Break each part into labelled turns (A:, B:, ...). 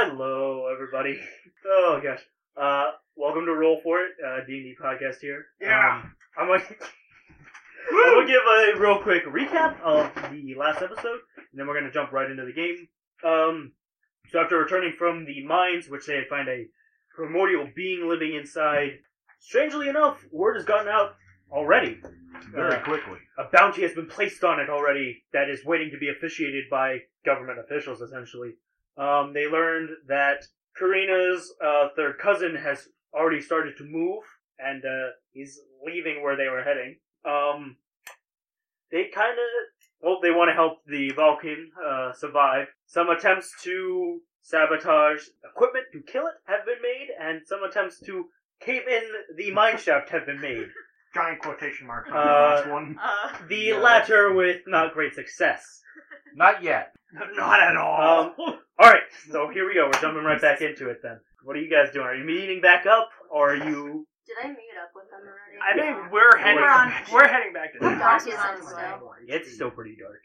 A: Hello, everybody. Oh gosh. Uh, welcome to Roll for It, uh, D and D podcast here.
B: Yeah.
A: Um, I'm gonna, I'm gonna give a real quick recap of the last episode, and then we're gonna jump right into the game. Um, so after returning from the mines, which they had find a primordial being living inside, strangely enough, word has gotten out already.
B: Very
A: Uh,
B: quickly.
A: a bounty has been placed on it already that is waiting to be officiated by government officials, essentially. Um, they learned that Karina's uh, third cousin has already started to move and uh, is leaving where they were heading. Um, they kind of, well, they want to help the Vulcan uh, survive. Some attempts to sabotage equipment to kill it have been made, and some attempts to cave in the mine shaft have been made.
B: Giant quotation marks on
A: Uh,
B: the last one.
C: Uh,
A: The
B: Yeah.
A: latter with not great success.
D: Not yet.
B: Not at
A: Um, all right, so here we go. We're jumping right back into it then. What are you guys doing? Are you meeting back up, or are you?
C: did I meet up with them already?
E: I think we're heading
A: We're on-
E: we're heading back to
C: We're
E: the
C: on documents now.
A: It's still pretty dark.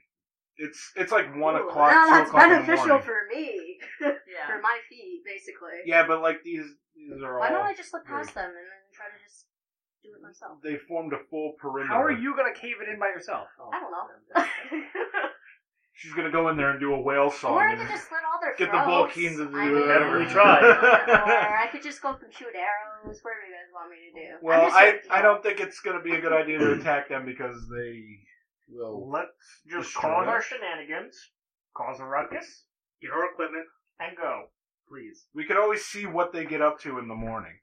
B: It's it's like one
C: Ooh,
B: o'clock.
C: Now
B: two
C: that's
B: o'clock in the
C: beneficial
B: morning.
C: for me,
F: Yeah.
C: for my feet, basically.
B: Yeah, but like these these are
C: Why don't
B: all
C: I just look past them and then try to just do it myself?
B: they formed a full perimeter.
E: How are you gonna cave it in by yourself?
C: I don't know.
B: She's gonna go in there and do a whale song.
C: or I
B: and-
C: could just slit all their
B: Get the
C: throats.
B: Vulcans to do
C: I mean,
A: whatever we
C: or
A: try.
C: I could just go and shoot arrows. Whatever you guys want me to do. I'm
B: well,
C: just
B: I
C: like,
B: I don't think it's gonna be a good idea to attack them because they will.
E: Let's just
B: Destroy
E: cause
B: it.
E: our shenanigans, cause a ruckus,
A: Get our equipment,
E: and go.
A: please.
B: We could always see what they get up to in the morning.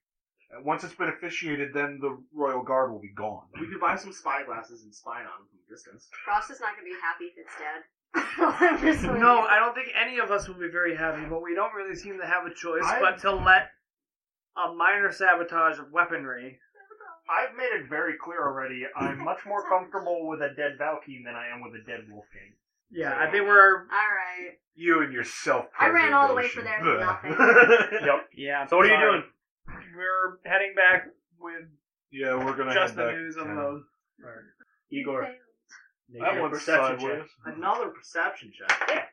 B: And Once it's been officiated, then the royal guard will be gone.
G: We could buy some spy glasses and spy on him from a distance.
C: Frost is not gonna be happy if it's dead. I'm just like-
E: No, I don't think any of us will be very happy, but we don't really seem to have a choice
G: I-
E: but to let a minor sabotage of weaponry.
B: I've made it very clear already. I'm much more comfortable with a dead Valkyrie than I am with a dead Wolfgang.
E: Yeah, I think we're
C: All right.
B: You and your self.
C: I ran all the way for there for nothing.
E: yeah.
A: So what are you doing?
E: We're heading back with
B: yeah, we're gonna
E: just
B: head
E: the
B: back
E: news
B: to town.
E: alone.
A: Igor, make
B: That
A: your
B: one's
A: perception
B: sideways.
A: check.
G: Another perception check. Yeah.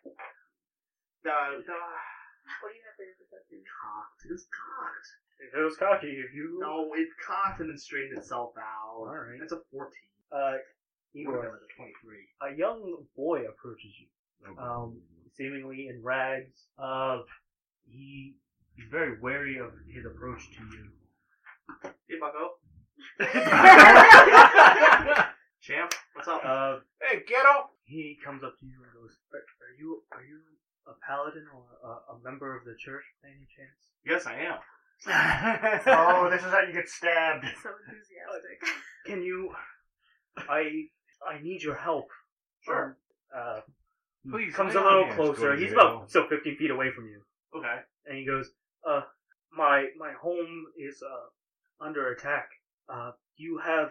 G: The, the,
C: What do you have for your perception?
G: cocked. It is cocked.
A: If it was cocky, if you
G: No, it's cocked and it straightened itself out.
A: All right.
G: That's a 14.
A: uh,
G: You
A: Igor,
G: would have been a 23.
A: a young boy approaches you, um, seemingly in rags. Uh, he is very wary of his approach to you.
G: Hey, bucko. Champ, what's up?
A: Uh,
B: Hey, ghetto!
A: he comes up to you and goes, "Are, are you are you a paladin or a, a member of the church by any chance?"
G: yes, I am.
B: oh, this is how you get stabbed.
C: So enthusiastic.
A: Can you? I I need your help.
G: Sure.
A: Uh,
B: Please,
A: comes a
B: lay
A: little
B: on hands,
A: closer.
B: Gordon
A: He's
B: Gale.
A: about still 15 feet away from you,
G: Okay.
A: and he goes, "Uh, my my home is uh under attack. Uh, you have?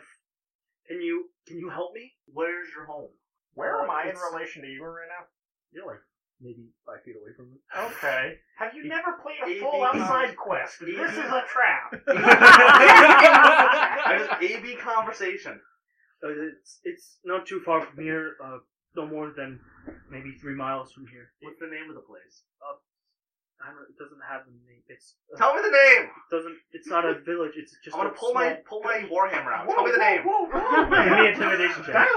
A: Can you can you help me?
G: Where's your home?
B: Where am I in
A: It's-
B: relation to Igor right now?
A: You're like maybe five feet away from me.
B: Okay.
E: Have you never played
G: a full-out side
E: quest?
G: This is
E: a trap.
G: I just AB conversation.
A: Uh, it's it's not too far from here. Uh, no more than maybe three miles from here.
G: What's the name of the place?
A: I don't. It doesn't have a name. It's uh,
G: Tell me the name.
A: it doesn't. It's not a village. It's just.
G: I'm gonna
A: a
G: pull
A: small-
G: my pull my warhammer out. Tell me the name.
A: Give me an intimidation check.
E: a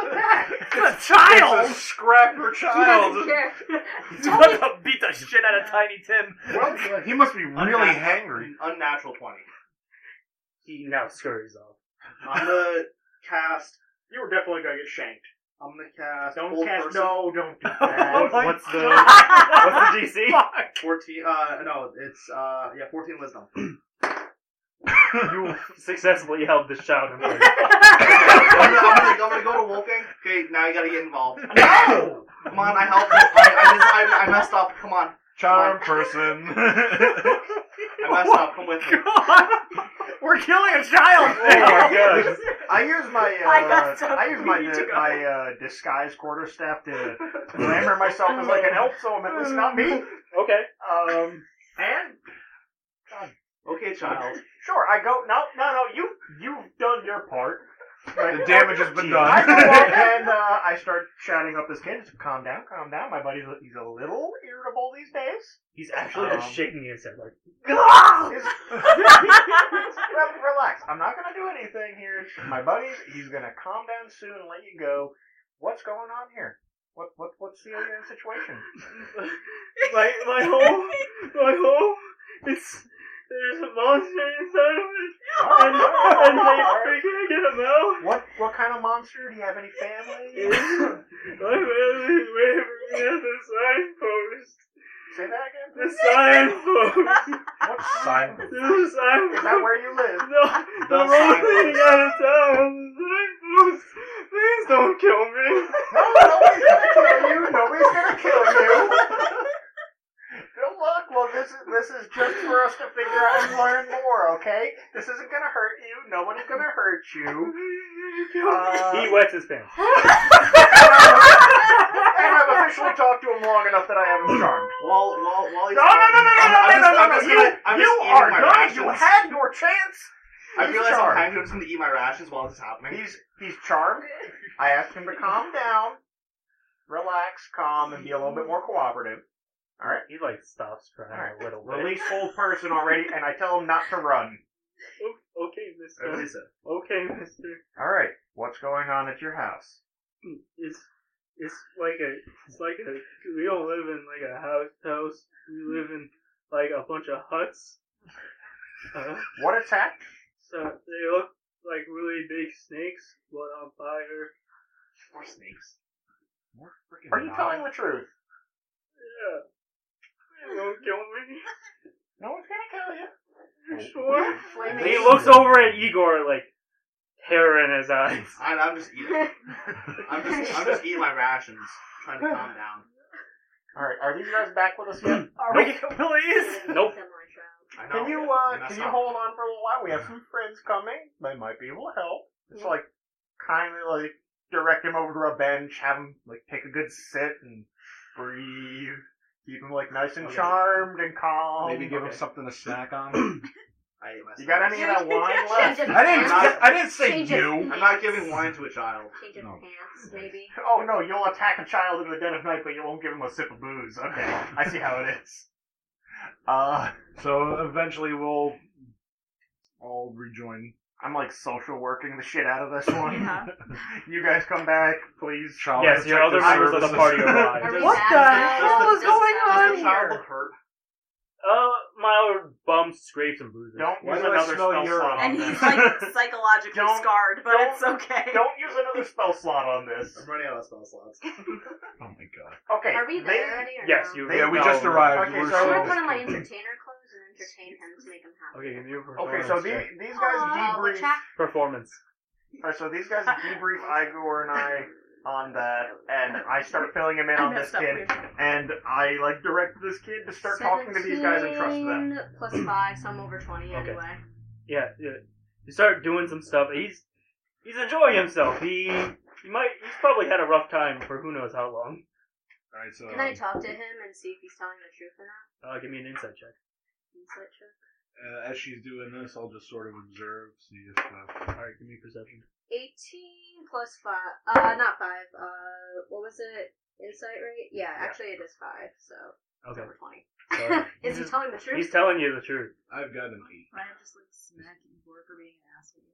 E: child.
B: It's a scrapper
C: He doesn't
B: child.
C: care.
E: About to beat the shit out of Tiny Tim.
B: Well, he must be really hangry.
G: Unnatural twenty.
A: He now scurries off.
G: I'm gonna cast.
E: You were definitely gonna get shanked.
G: I'm gonna cast.
E: Don't
G: full
E: cast-
G: person.
E: no, don't do
A: Uh,
E: that.
A: what's the
E: God.
A: what's the DC?
G: Fourteen. Uh, no, it's uh, yeah, fourteen wisdom.
A: you successfully held the shout. in place.
G: I'm gonna, I'm, gonna, I'm gonna go to Wolfgang. Okay, now you gotta get involved.
E: No!
G: Come on, I helped. I, I, just, I, I messed up. Come on,
B: Charm person.
G: I messed up. Come with me.
E: We're killing a child.
A: Oh my gosh.
B: I use my uh,
C: I got something
B: I use my
C: to go.
B: my uh, disguise quarterstaff to glamour myself as like an elf, so I'm at least not me.
A: Okay.
B: Um, and
G: Okay, child.
B: sure, I go. No, no, no. You you've done your part.
G: Like,
H: The damage has been done.
G: I go up and uh, I start shouting up this kid. Calm down, calm down. My buddy's he's a little irritable these days.
A: He's actually just
G: Um,
A: shaking his head like,
G: He's- Re- relax. I'm not gonna do anything here. It's just My buddies, he's gonna calm down soon and let you go. What's going on here? What what what's the uh, situation?
A: my my home, my home. It's there's a monster inside of it, and and they, they can't get him out.
G: What what kind of monster? Do you have any family?
A: My family's waving at the signpost.
G: Say that again.
A: The
G: Please.
A: signpost.
G: What
H: Sign.
A: There's a
G: Is that
A: signpost.
G: where you live?
A: No, the
H: The
A: road leading
H: signpost.
A: out of town. The signpost. Please don't kill me.
G: No, nobody's gonna kill you. Nobody's gonna kill you. Good luck. Well, this is this is just for us to figure out and learn more. Okay, this isn't gonna hurt you. Nobody's gonna hurt you. Uh,
A: he wets his pants.
G: And I've officially talked to him long enough that I have him charmed.
H: While, while, while he's
G: No, no, no, no,
H: I'm-
G: no,
H: I'm
G: no,
H: just-
G: no,
H: I'm
G: no,
H: just
G: no,
H: gonna- I'm
G: You
H: just eating
G: are
H: my
G: good. You
H: rations.
G: had your chance.
H: I
G: He's
H: realize I'm
G: charmed.
H: kind of just gonna eat my rations while this is happening.
G: He's he's charmed. I asked him to calm down, relax, calm, and be a little bit more cooperative. All right.
A: He like stops crying
G: Alright,
A: a little bit.
G: Release old person already, and I tell him not to run.
A: O- oh, Okay,
H: Or
A: mister.
H: is it?
A: Okay, mister.
G: All right. What's going on at your house?
A: It's it's like a it's like a we don't live in like a house house. We live in like a bunch of huts. Uh,
G: What attacked?
A: so they look like really big snakes, blood on fire.
H: More snakes. More freaking.
G: Are you telling the truth?
A: Yeah. They won't kill me.
G: No one's gonna kill you.
A: You sure?
G: Flaming.
A: He looks over at Igor like terror in his eyes.
H: I, I'm just eating. I'm just I'm just eating my rations, trying to calm down.
G: All right. Are these guys back with us yet?
E: Are
A: Nope.
E: we
A: Please. Nope.
H: I know.
G: Can you uh
H: That's
G: can you
H: not-
G: hold on for a little while? We have some friends coming. They might be able to help. Just
E: Mm-hmm.
G: like kindly like direct him over to a bench, have him like take a good sit and breathe. Keep him like nice and
H: Okay.
G: charmed and calm.
B: Maybe give him
H: Um, okay.
B: something to snack on.
H: I ate my
G: You got any of that wine left?
B: I didn't.
H: Not-
B: I didn't say
C: Change it.
B: you.
H: I'm not giving wine to a child.
C: Change of
B: No.
C: pants, maybe.
G: Oh no, you'll attack a child in the dead of night, but you won't give him a sip of booze. Okay, I see how it is. Uh,
B: So eventually we'll all rejoin.
G: I'm like social working the shit out of this one.
I: Yeah.
G: You guys come back, please.
B: Child
A: Yes, your other
B: protective
A: members of the
B: services.
A: party arrive.
C: Are we
E: What
C: bad
E: the
C: guys?
E: hell
C: Does
E: is
C: it
E: going
C: sound-
H: Does the child look hurt?
A: Uh, mild bumps, scrapes, and bruises.
G: Don't
B: Why
G: use
B: do I
G: another
B: smell
G: spell
B: urine?
G: slot on
I: And
G: this.
I: he's like psychologically
G: Don't-
I: scarred, but
G: don't-
I: it's okay.
G: Don't use another spell slot on this.
H: I'm running out of spell slots.
B: Oh my god.
G: Okay.
C: Are we
G: they-
C: there already? Or
A: Yes,
C: no?
A: you.
B: Yeah, we just arrived.
G: Okay,
B: We're
G: so-
C: I'm
B: still-
C: gonna put on my entertainer clothes and entertain him to make him happy.
A: Okay, give me a performance.
G: Okay, so these,
A: check.
G: these guys
C: Aw,
G: debrief.
C: check.
A: performance.
G: All right, so these guys debrief Igor and I on that, and I start filling him in on this kid, and I like direct this kid to start talking to these guys and trust them.
C: 17 Plus five, so I'm over twenty
A: Okay.
C: anyway.
A: Yeah, yeah. You start doing some stuff. He's he's enjoying himself. He he might he's probably had a rough time for who knows how long.
B: All right, so
C: Can I talk to him and see if he's telling the truth or not?
A: Uh, give me an insight check.
C: Insight check.
B: uh, as she's doing this, I'll just sort of observe, see if. Uh,
A: All right, give me perception.
C: Eighteen plus five. Uh, not five. Uh, what was it? Insight rate? Yeah, actually it is five, so it's
A: Okay,
C: over twenty.
A: Sorry.
C: is he telling the truth?
A: he's telling you the truth.
B: I've got an eight.
I: Ryan just like smack Igor for being an asshole.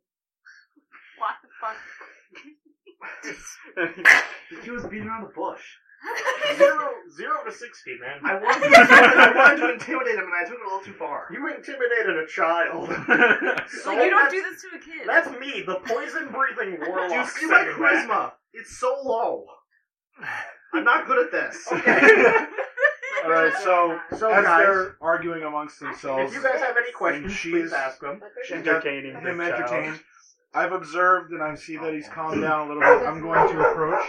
C: what the fuck?
H: The kid was beating around the bush.
G: Zero, zero to sixty, man.
H: I wanted, to, I wanted to intimidate him, and I took it a little too far.
G: You intimidated a child. so
I: Like you don't
G: that's,
I: do this to a kid.
G: That's me, the poison breathing warlock.
H: Do you see my
G: saying that.
H: charisma? It's so low. I'm not good at this.
G: Okay.
C: My
B: All right,
C: vision's
B: so-
C: really bad.
G: so
B: as
G: guys,
B: they're arguing amongst themselves,
G: if you guys have any questions,
B: she's-
G: please ask them.
C: But
B: She's
C: there's-
B: got
A: entertaining.
B: him
A: the child.
B: entertained, I've observed and I see that he's calmed down a little bit. I'm going to approach,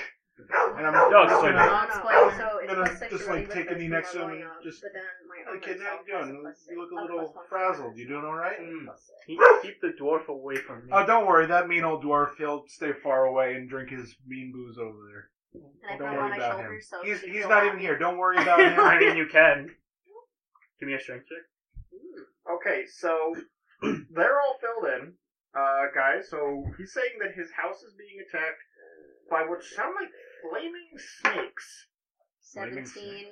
B: and I'm
A: Dog
B: just
A: swing.
B: gonna-
C: I'll explain. So it's
B: Then I'm
C: plus six
B: just,
C: really
B: like,
C: good,
B: taking
C: but
B: the
C: it's
B: next
C: not
B: one
C: going
B: and
C: up.
B: just-
C: But then my
B: Hey,
C: armor
B: kid, how
C: itself
B: you doing?
C: plus
B: You look a
C: six.
B: little
C: Plus one.
B: frazzled. You doing all right?
C: Plus six.
A: Keep, keep the dwarf away from me.
B: Oh, don't worry. That mean old dwarf, he'll stay far away and drink his mean booze over there.
C: And I
B: Don't
C: put it on
B: worry
C: my
B: about
C: shoulder
B: him.
C: so
B: He's
C: she
B: he's
C: can
B: not
C: go
B: even
C: out.
B: here. Don't worry about him.
A: I mean, you can. Give me a strength check.
G: Hmm, Okay, so they're all filled in. uh, guys. So he's saying that his house is being attacked by what sound like flaming snakes.
H: Flaming
C: 17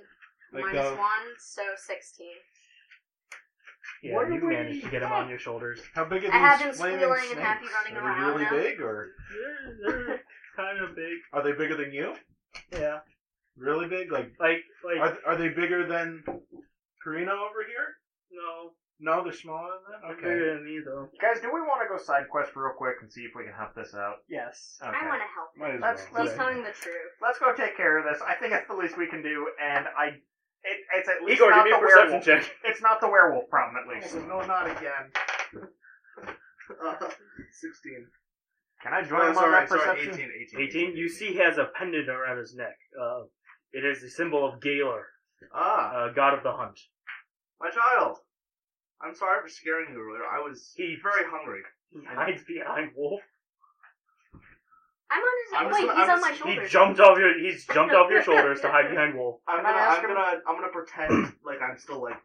H: Like,
C: minus
H: uh,
C: 1, so 16.
A: Yeah,
G: What do
A: you
G: we-
A: managed to get him on your shoulders.
B: How big are these
C: I have him
B: flaming
C: squealing and
B: snakes?
C: happy running
B: Are they
C: around
B: really
C: now.
B: big, or
A: kind of big.
B: are they bigger than you?
A: Yeah.
B: Really big? Like,
A: Like, like,
B: are, th- are they bigger than Karina over here?
A: no.
B: No, they're smaller
A: They're
B: than that. Okay.
A: bigger than me, though.
G: Guys, do we want to go side quest real quick and see if we can help this out?
A: Yes.
G: Okay.
C: I want to help
B: Might as
C: him.
G: Let's-
B: well.
C: He's telling the truth.
G: Let's go take care of this. I think it's the least we can do, and I, it, it's at least
A: Igor, give
G: not
A: me a
G: the
A: perception
G: werewolf.
A: check.
G: It's not the werewolf problem, at least. No, not again.
H: Uh, 16.
G: Can I
H: Oh,
G: join
H: I'm
G: him
H: sorry,
G: on that perception?
H: sorry, 18, 18.
A: 18. You see, he has a pendant around his neck. Uh, it is the symbol of Galar,
H: Ah,
A: uh, god of the hunt.
H: my child. I'm sorry for scaring you earlier. I was
A: He
H: very hungry.
A: He hides behind Wolf.
C: I'm on his.
H: I'm just
C: wait,
H: gonna-
C: he's
H: I'm
C: on my
H: just-
A: He
C: shoulders.
A: jumped off your. He's jumped off your shoulders to hide behind Wolf.
H: I'm
G: Can I
H: gonna,
G: ask
H: I'm
G: him-
H: gonna, I'm gonna pretend like I'm still like,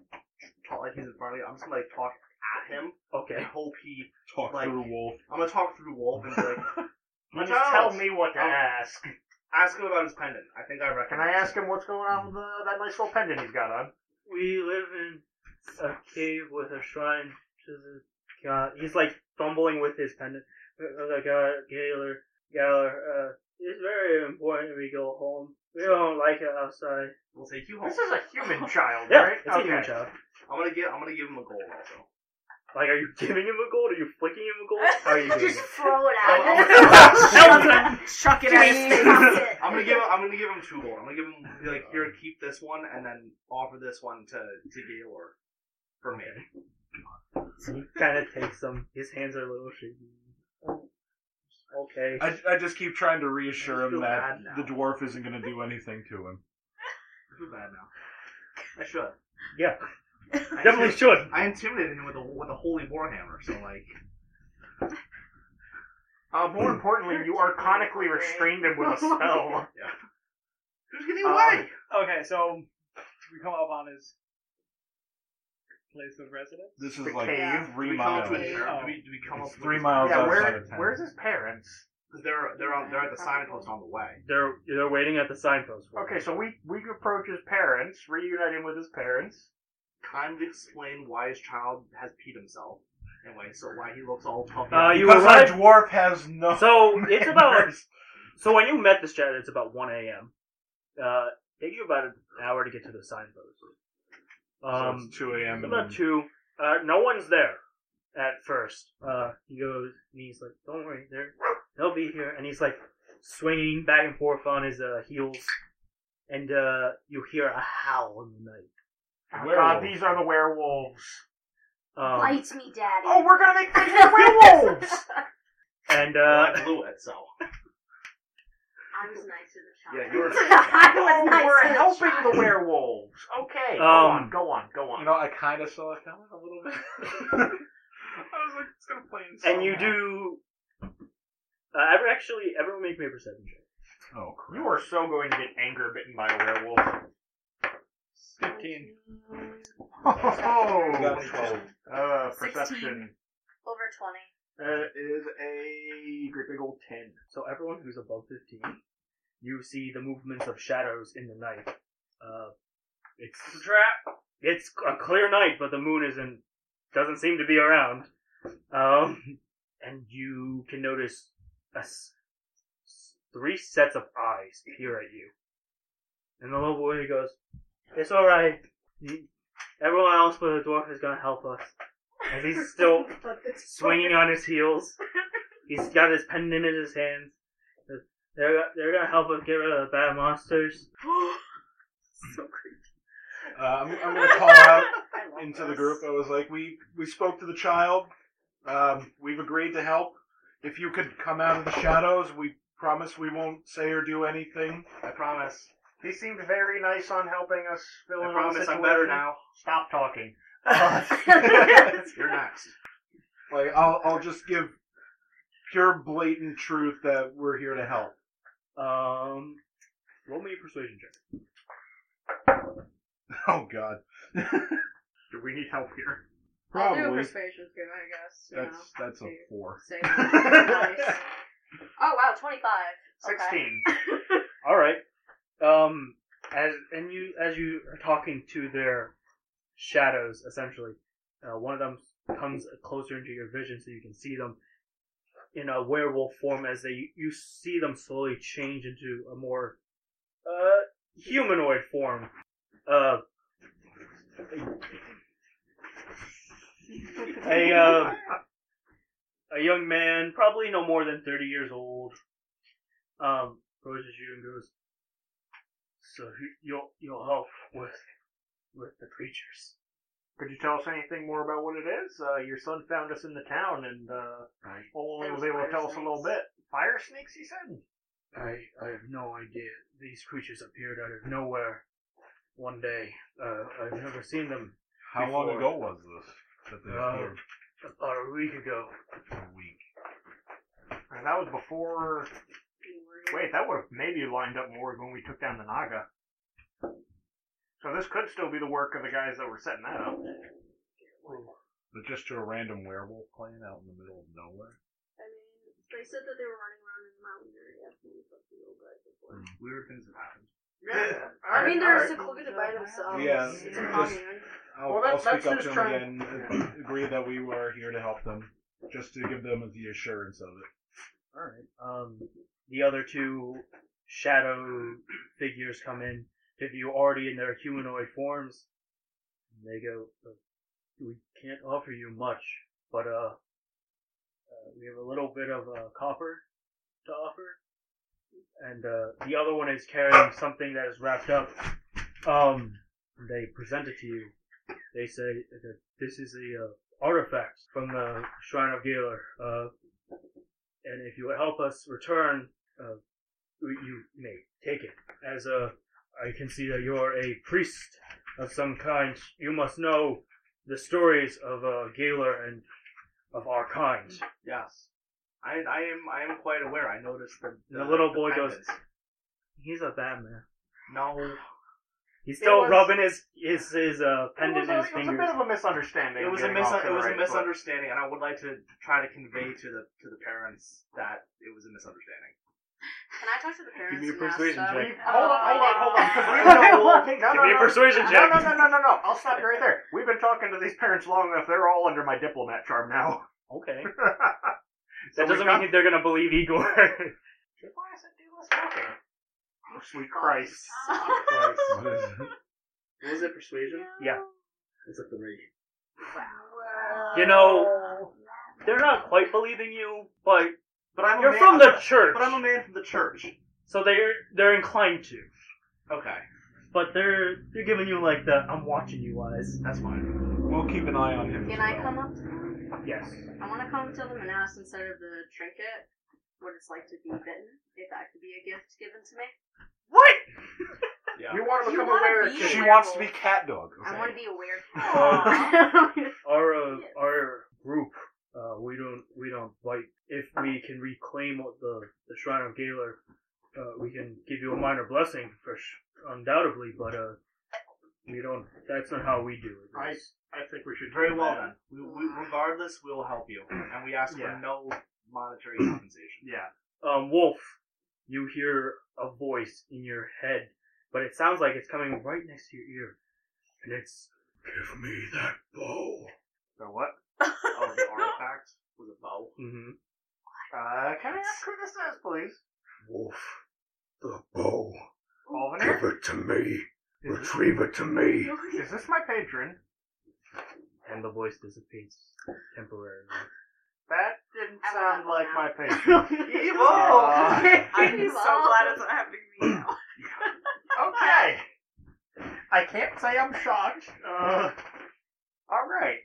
H: talk, like he's in front of me. I'm just gonna like talk at him and
A: Okay.
H: hope he.
B: Talk
H: Like-
B: through wolf.
H: I'm gonna talk through Wolf and be like, my
G: Just
H: child,
G: tell me what to
A: Oh.
H: Um,
G: ask.
H: ask him about his pendant. I think I
G: Can
H: recognize.
G: I ask him what's going on with uh, that nice little pendant he's got on?
A: We live in a cave with a shrine to the god. He's like fumbling with his pendant. Uh, The god Galar, Galar. Uh, it's very important we go home. We don't like it outside.
H: We'll take you home.
G: This is a human child,
A: Yeah,
G: right?
A: it's a human child.
H: I'm gonna give, I'm gonna give him a gold also.
A: Like, are you giving him a gold? Are you flicking him a gold? How are you doing?
C: Just
A: it?
C: throw it
H: I'm,
C: at him.
H: I'm, gonna-
I: Chuck it at his face.
C: Toss it.
H: I'm gonna give, him, I'm gonna give him two gold. I'm gonna give him be like, here, keep this one, and then offer this one to to Gaylor for me.
A: He kind of takes them. His hands are a little shaky. Okay.
B: I, I just keep trying to reassure
H: I feel
B: him that
H: bad now.
B: the dwarf isn't going to do anything to him.
H: I feel bad now. I should.
A: Yeah.
H: I
A: Definitely
H: should.
A: should.
H: I intimidated him with a with a holy warhammer, so like.
G: Uh, more importantly, you arconically restrained him with a spell.
H: Yeah. Who's getting
G: Uh,
H: away?
E: Okay, so we come up on his place of residence.
B: This is
G: The
B: like
G: cave.
H: Do
B: three
H: we come up
B: miles.
H: with his
B: It's
H: parents? Do we, do we come up with
B: three
H: his
B: miles
G: yeah,
H: parents?
B: outside
G: where,
B: of town.
G: where's his parents?
H: They're they're on, they're at the signpost on the way.
A: They're they're waiting at the signpost. for him.
G: Okay, so we, we approach his parents, reunite him with his parents.
H: Kind of explain why his child has peed himself. Anyway, so why he looks all puffy.
A: Uh, you
B: Because
A: were right.
B: our dwarf has no.
A: So it's about
B: manners.
A: So when you met this chat, it's about 1 a.m. Uh, take you about an hour to get to the signpost.
B: So
A: Um,
B: it's 2 a.m.
A: it's
B: and
A: about two. Uh, no one's there at first. Uh, he goes and he's like, "Don't worry, they're they'll be here." And he's like swinging back and forth on his uh, heels, and uh, you hear a howl in the night.
G: Oh, God,
B: Werewolves.
G: these are the werewolves.
A: Um,
C: Bite me, daddy.
G: Oh, we're gonna make friends with werewolves!
A: And
H: Well,
A: uh,
H: I blew it, so
C: I was nice to the child.
H: Yeah, you were nice.
C: I was
G: oh,
C: nice
G: we're
C: to the
G: helping
C: child.
G: the werewolves. Okay, go
A: Um,
G: on, go on, go on.
B: You know, I kind of saw it coming a little bit. I was like, it's going to play in
A: and you
B: somehow.
A: do. Uh, ever actually, everyone make me a perception check.
B: Oh, crap.
G: You are so going to get anger bitten by a werewolf.
B: 15.
G: Oh,
B: Got
H: Oh.
B: 12.
G: uh,
I: Sixteen.
G: perception.
C: Over 20.
G: That is a great big old ten.
A: So everyone who's above 15, you see the movements of shadows in the night. Uh, it's a trap. It's a clear night, but the moon isn't doesn't seem to be around. Um, and you can notice a s- s- three sets of eyes peer at you. And the little boy goes, "It's all right. You- Everyone else but the dwarf is gonna help us." And he's still swinging on his heels. He's got his pendant in his hands. They're they're gonna help us get rid of the bad monsters.
B: Uh, I'm, I'm going to call out into the group. I was like, we, we spoke to the child. Um, we've agreed to help. If you could come out of the shadows, we promise we won't say or do anything.
H: I promise.
G: He seemed very nice on helping us fill
H: I
G: in on the
H: promise I'm
G: situation.
H: better now.
G: Stop talking. Uh,
H: You're next.
B: Like, I'll, I'll just give pure blatant truth that we're here to help.
A: Um, roll me a persuasion check.
B: Oh, God.
G: Do we need help here?
C: I'll do a
B: Probably.
C: persuasion through, I guess. You
B: That's that's a
C: Okay.
B: four.
C: Save nice. Oh wow, twenty five.
G: Sixteen.
A: All right. Um, as and you as you are talking to their shadows, essentially, uh, one of them comes closer into your vision so you can see them in a werewolf form. As they you see them slowly change into a more uh, humanoid form. Uh, a uh, a young man, probably no more than thirty years old, um, approaches you and goes, "So you- you'll you'll help with with the creatures."
G: Could you tell us anything more about what it is? Uh, your son found us in the town, and uh,
A: Right.
G: only
I: It
G: was
I: was
G: able to
I: fire
G: tell us a little bit.
I: snakes.
G: Fire snakes, he said.
A: I I have no idea. These creatures appeared out of nowhere one day. Uh, I've never seen them
B: How long
A: Before.
B: ago was this? That they
A: Uh,
B: appeared?
A: about a week ago.
B: a week.
G: And Uh, that was before. Wait, that would have maybe lined up more with when we took down the Naga. So this could still be the work of the guys that were setting that up.
B: But just to a random werewolf clan out in the middle of nowhere.
C: I mean, they said that they were running around in the mountain area.
H: Weird things have happened.
G: Yeah.
C: I mean, they're
G: alright.
C: secluded by
E: Oh,
C: themselves.
B: Yeah,
C: It's
B: just-
C: a commune.
B: I'll,
G: Well, that-
B: I'll
G: that's
B: speak up
G: just
B: to him again.
G: trying-
B: and Agree that we were here to help them, just to give them the assurance of it.
A: All right. Um, the other two shadow figures come in to view already in their humanoid forms. And they go, uh, "We can't offer you much, but uh, uh we have a little bit of uh, copper to offer." And uh, the other one is carrying something that is wrapped up. Um, they present it to you. They say that this is the uh, artifact from the Shrine of Galar. Uh, and if you would help us return, uh, you- you may take it. As a, I can see that you're a priest of some kind. You must know the stories of uh, Galar and of our kind.
H: Yes. I, I am I am quite aware. I noticed the
A: The little boy goes-
H: pendants.
A: He's a bad man.
H: No.
A: He's still
G: was-
A: rubbing his his his uh,
G: It
A: pendant
G: was,
A: in his
G: a, it was a
A: fingers.
G: bit of a misunderstanding.
H: It was a
G: getting
H: mis-
G: off to
H: it
G: the
H: was a
G: right foot.
H: misunderstanding, and I would like to try to convey to the to the parents that it was a misunderstanding.
C: Can I talk to the parents?
A: me a
C: and ask
A: persuasion
C: them?
A: check.
G: We- Hold on, hold on, hold on. 'cause we've
A: Give me a
G: been talking- no, no, no,
A: persuasion
G: no, No, no, no, no, no, no. I'll stop you right there. We've been talking to these parents long enough. They're all under my diplomat charm now.
A: Okay. That
G: So we
A: doesn't
G: got-
A: mean they're gonna believe Igor.
G: Why is that dude less talking? Oh, sweet Christ.
B: What is it?
H: What was it persuasion?
A: yeah.
H: It's a three.
G: Uh,
A: You know, they're not quite believing you, but
H: But I'm a
A: you're
H: man,
A: from the church,
H: But I'm a man from the church.
A: so they're they're inclined to.
H: Okay,
A: But they're they're giving you like the I'm watching you eyes.
H: that's fine.
B: We'll keep an eye on him.
C: Can
B: as
C: I
B: well.
C: come up to them?
A: Yes.
C: I want to come to them and ask instead of the trinket what it's like to be bitten, if that could be a gift given to me.
A: What?
G: You want to
I: You
G: become
I: wanna
G: aware.
I: be-
B: She
I: Werewolf.
B: wants to be cat dog.
C: I
B: okay?
C: want to be aware.
A: Our uh,
I: Yes.
A: our group, uh, we don't we don't like if we can reclaim what the the shrine of Galar, uh, we can give you a minor blessing for sh- undoubtedly, but uh, we don't. That's not how we do it.
G: I, I think we should
H: Very
G: do
H: well
G: that.
H: then. We, we, regardless, we'll help you, and we ask
G: Yeah.
H: for no monetary compensation.
G: Yeah.
A: um, Wolf, you hear a voice in your head, but it sounds like it's coming right next to your ear, and it's give me that bow.
G: So what?
H: Oh, the artifact was a bow.
A: hmm
G: Uh, can I ask who this is, please?
J: Wolf, the bow.
G: Alviner?
J: Give it to me.
G: Is this,
J: Retrieve it to me.
G: is this my patron?
A: And the voice dissipates temporarily.
G: That didn't
C: I
G: sound
C: want
G: like
C: that.
G: my patron.
I: Evil.
G: Uh,
I: I'm so glad it's not happening to me now.
G: Okay. I can't say I'm shocked. Uh, all right.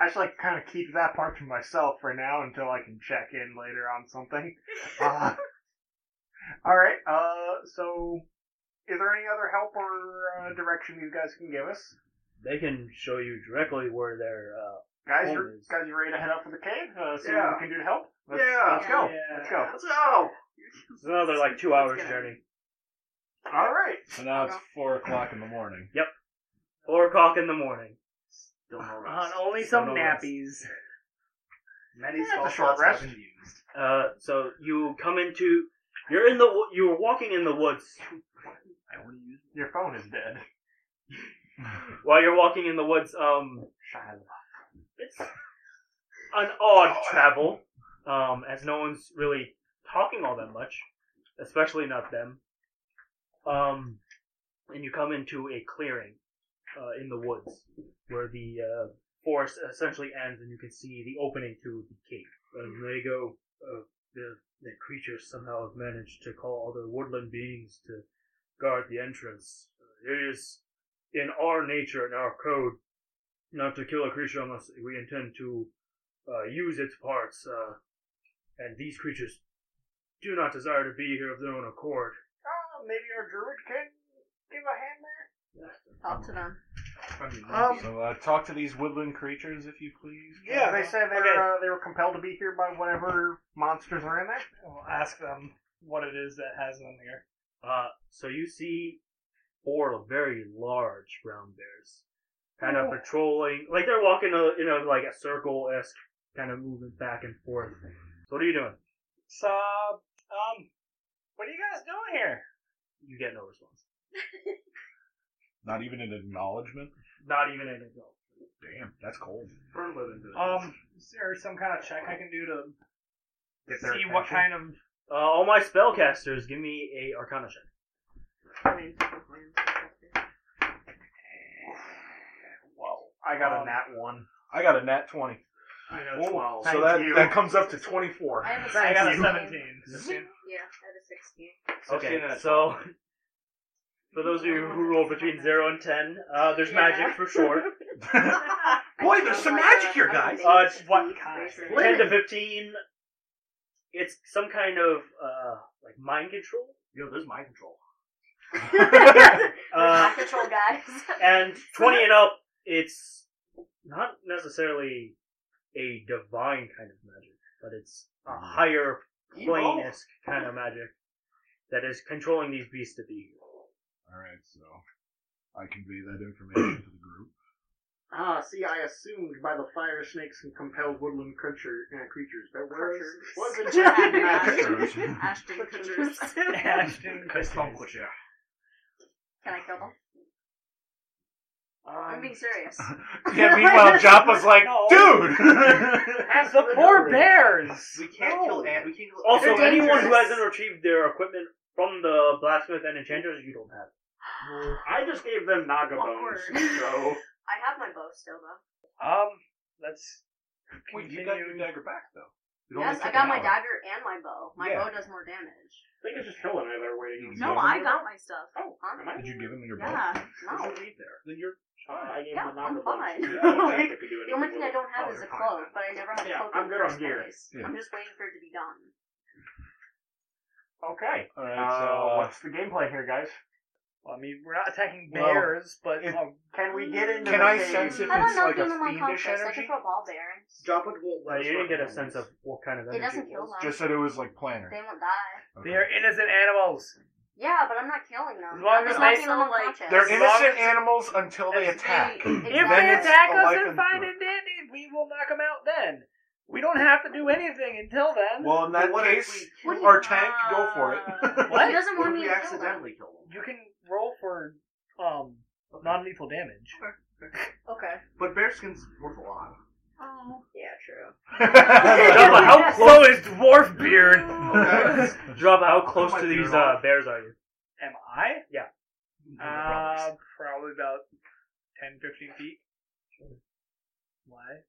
G: I just like kind of keep that part to myself for now until I can check in later on something. Uh, all right. Uh, so is there any other help or uh, direction you guys can give us?
A: They can show you directly where they're. Uh,
G: Guys, you're,
A: Always.
G: guys, you ready to head out for the cave? Uh, see
H: Yeah.
G: what we can do to help. Let's,
H: Yeah.
G: let's go.
E: Yeah.
G: Let's go.
H: Let's go.
A: it's another like two hours
I: Let's get
A: journey.
G: All right.
B: So now it's four o'clock in the morning.
A: Four o'clock in the morning.
H: Still no
K: On
G: Uh,
H: rest.
K: only
H: Still
K: some
H: no rest.
K: nappies.
H: Many
G: oh. Yeah,
H: spell
G: the short
H: slots have
G: rest.
H: been used.
A: Uh, so you come into. You're in the. wo- You were walking in the woods.
H: I wouldn't use
G: Your phone is dead.
A: While you're walking in the woods, um, it's an odd
G: Oh.
A: travel, um, as no one's really talking all that much, especially not them. Um, and you come into a clearing uh, in the woods where the uh, forest essentially ends, and you can see the opening to the cave. And they go, uh, the, the creatures somehow have managed to call other woodland beings to guard the entrance. Uh, It is in our nature and our code not to kill a creature unless we intend to uh, use its parts. Uh, and these creatures do not desire to be here of their own accord.
G: Oh, maybe our druid can give a hand there?
C: Talk to them.
H: from the
G: Um,
H: monkey.
B: So uh, talk to these woodland creatures, if you please.
G: Yeah, they said they,
E: Okay.
G: were, uh, they were compelled to be here by whatever monsters are in there.
E: We'll ask them what it is that has them here.
A: Uh, so you see four very large brown bears kind of patrolling, like they're walking a, in a like a circle esque kind of movement back and forth. So what are you doing?
E: So, um, what are you guys doing here?
A: You get no response.
B: Not even an acknowledgement.
A: Not even an adult.
B: Damn, that's cold.
H: Burn living to
E: Um, is there some kind of check I can do to
G: Get their
E: see what
G: attention.
E: kind of
A: Uh, all my spellcasters, give me a Arcana check.
C: I mean,
G: Whoa. I got
E: Um,
G: a nat one.
B: I got a nat twenty.
H: I got
B: Oh,
H: twelve.
B: so
G: Thank
B: that
G: you.
B: that comes up to twenty four.
C: I have a
E: I got a
C: 16.
E: 17.
C: Yeah, I have a 16.
A: Okay, so for those of you who roll between zero and ten, uh, there's
C: Yeah.
A: magic for sure.
C: Boy, there's some magic here, guys.
A: Uh, it's
E: what kind?
A: ten to fifteen, it's some kind of uh, like mind control,
H: Yo, there's mind control.
A: uh,
C: control guys.
A: and twenty and up, it's not necessarily a divine kind of magic, but it's a higher plane-esque kind of magic that is controlling these beasts to be.
B: All right, so I convey that information to the group.
G: Ah, see, I assumed by the fire snakes and compelled woodland creature, uh, creatures there was was a
C: Creatures.
G: magic.
C: Ashton Kutcher's.
E: Ashton
H: Tom
E: Kutcher.
H: Kutcher.
C: Can I kill them? I'm being serious.
B: yeah. Meanwhile, Joppa's like, dude.
G: Ask
E: The poor
G: druid.
E: bears!
H: We can't kill ant. We can't kill
A: Also,
C: They're
A: anyone who
C: dangerous.
A: hasn't retrieved their equipment from the blacksmith and enchanters, you don't have.
G: I just gave them naga bones,
C: Awkward.
G: so
C: I have my bow still, though.
E: Um, let's
B: Wait, you
E: continue.
B: got your dagger back though. It only
C: Yes, I
B: took
C: got
B: an
C: my
B: hour.
C: dagger and my bow. My
B: Yeah.
C: bow does more damage.
G: I think it's just Hill and I that are waiting.
B: You
C: No,
B: have
C: I
B: them?
C: got my stuff.
G: Oh,
C: Huh?
G: am I?
B: Did you give him your bow?
C: Yeah,
H: There's
C: no.
H: no need there.
B: Then you're
G: Uh, I gave
C: Yeah,
G: him a naga
C: I'm
G: bone.
C: fine.
G: Yeah, I don't think
C: Like,
G: it could do
C: The only
G: anything
C: thing I
G: with it.
C: don't have
H: Oh,
C: is a
H: you're fine
C: cloak,
H: then.
C: but I never had a
G: Yeah,
C: cloak
G: I'm
C: in the
G: good on
C: first
G: gear.
C: place.
B: Yeah.
C: I'm just waiting for it to be done.
G: Okay.
B: all
G: Uh,
B: right. So uh,
G: what's the gameplay here, guys?
E: Well, I mean, we're not attacking
B: Well,
E: bears, but
B: if-
E: um,
G: Can we get into
B: Can
G: the
B: I
G: cave?
B: sense if
C: I
B: it's
C: don't know
B: like a
C: demon like
B: fiendish
C: conquest. I
B: energy?
C: can thw ball bearings.
H: Joppa won't
A: Uh,
H: let us
A: you didn't get a
H: recommend
A: sense
H: this.
A: of what kind of
C: It
A: energy
C: doesn't
A: it
C: kill
A: was.
C: them.
B: just said it was like planner.
C: They won't die.
E: they are innocent animals.
C: Yeah, but I'm not killing them.
E: As long
C: I'm
E: as
C: just
E: they-
C: knocking them unconscious.
B: They're
E: As long
B: innocent
E: as-
B: animals until they
E: as
B: attack.
C: they-
B: Then
E: If
C: Then
E: they
B: it's
E: attack
B: a
E: us
B: life
E: and find
B: threat.
E: it dandy, we will knock them out then. We don't have to do anything until then.
B: Well, in that
H: But what if
B: case,
C: What do you-
B: or tank, go for
C: Uh,
B: it.
E: What?
C: He doesn't
H: What if we
C: want me to kill them.
H: accidentally kill them?
E: You can roll for um non-lethal damage.
C: Okay.
H: But bearskin's worth a lot.
C: Oh. Yeah, true.
A: Joppa, how close?
E: is dwarf beard?
H: Okay.
A: Joppa, how close
H: I might
A: to
H: be
A: these
H: wrong.
A: uh, bears are you?
E: Am I?
H: Brothers.
E: Uh, probably about 10, 15 feet. Why?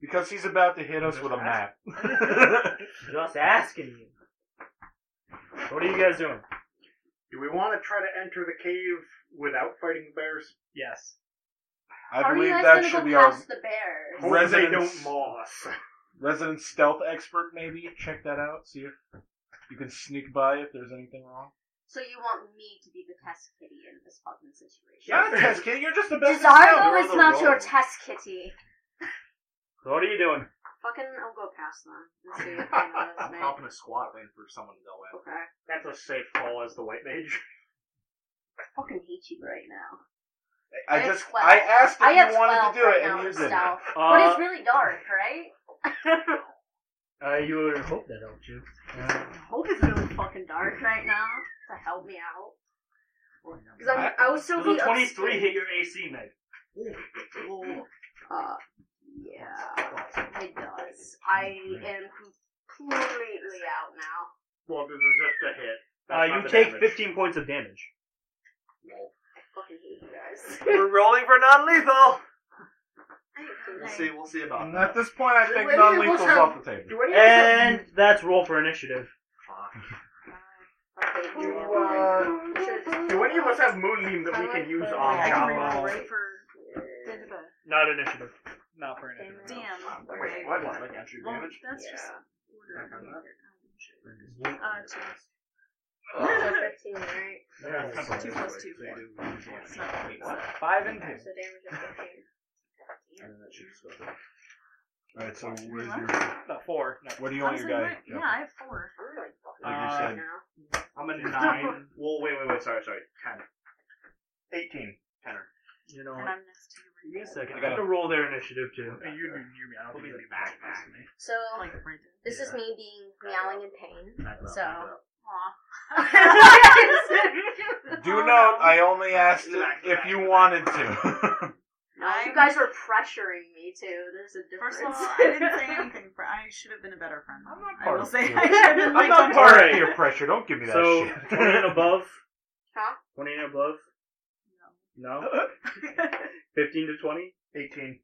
B: because he's about to hit us with a map.
A: Just asking you. What are you guys doing?
G: Do we want to try to enter the cave without fighting the bears?
E: Yes.
B: I
C: How are you
B: believe
C: guys
B: that
C: gonna
B: should
C: go
B: be our
C: past the bears?
G: Hope they
B: Residents.
G: don't maul us.
B: resident stealth expert. Maybe check that out. See if you can sneak by if there's anything wrong.
C: So you want me to be the test kitty in this fucking situation?
B: Not test kid. You're just the best.
C: Desirable
B: you're on
C: is
B: the
C: not
B: roll.
C: your test kitty.
A: So what are you doing?
C: Fucking, I'll go past them and see if they notice
H: I'm
C: me.
H: hopping a squat waiting for someone to go in.
C: Okay.
G: That's a safe call as the white mage.
C: I fucking hate you right now.
B: I
C: It's
B: just
C: twelve.
B: I asked if
C: I have
B: you wanted to
C: 12
B: do it,
C: right now
B: and you
C: in
B: didn't.
C: stealth.
A: Uh,
C: but it's really dark, right?
A: uh, you would hope that helped you. Uh,
C: Hope it's really fucking dark right now to help me out. Because I'm, I would still
A: Does
C: be
A: a 23
C: upstairs.
A: hit your AC, Meg?
C: Uh, yeah, it does. I am completely out now.
G: Well, this is just a hit.
A: Uh, you take 15 points of damage.
C: I fucking hate you guys.
G: We're rolling for non-lethal.
H: We'll see. We'll see about
C: Mm.
B: And
H: that.
B: at this point, I think
G: Wait,
B: non-lethal's
G: what's that?
B: off the table.
G: Do any
A: And that's roll for initiative.
C: Okay,
G: You,
C: you know,
G: uh,
C: I should've just-
G: Do any of us have moonbeam that we can use on
I: I can
G: Jabba?
I: remember.
C: Right for-
A: Not initiative.
E: Not for anything.
I: Damn.
G: Wait,
I: Wait,
G: what?
H: Like entry
I: Well,
H: damage.
I: that's
C: Yeah.
I: just order.
H: Back on that.
I: Uh, two.
C: So 15, right?
I: Two plus two.
H: So you do-
I: It's not great. so-
E: Five and two.
C: So damage is 15.
H: And then that should just go there.
B: Alright, so what, is
I: Relax.
B: your,
E: No, four. No.
B: what do you want
I: Honestly,
B: your guy?
I: right- Yeah, I have four.
C: I'm really fucking
E: Like you
C: out
B: said.
C: now.
H: I'm a nine. well, wait, wait, wait. Sorry, sorry. Ten.
G: 18.
H: Tenner.
A: You know,
I: And I'm next to
A: give me
I: you.
A: a second.
B: I
A: I
B: gotta-
A: have to roll their initiative too.
E: You, you, you, I don't think
H: We'll be
E: that matters to me.
C: So,
I: Like, right there.
C: this is me being meowing in pain. So.
I: Aw.
B: Do note, I only asked if you wanted to.
C: No, you guys were pressuring me too. There's a difference.
I: First of all, I didn't say anything. For, I should have been a better friend.
B: I'm not
I: I
B: part
I: will
B: of
I: say
B: it.
I: I should have.
A: I'm
I: like,
A: not
I: done
A: part
I: it.
A: Alright.
B: Peer pressure, don't give me that
A: So
B: shit.
A: 20 and above.
C: Huh?
A: 20 and above. No. 15 to 20.
G: 18.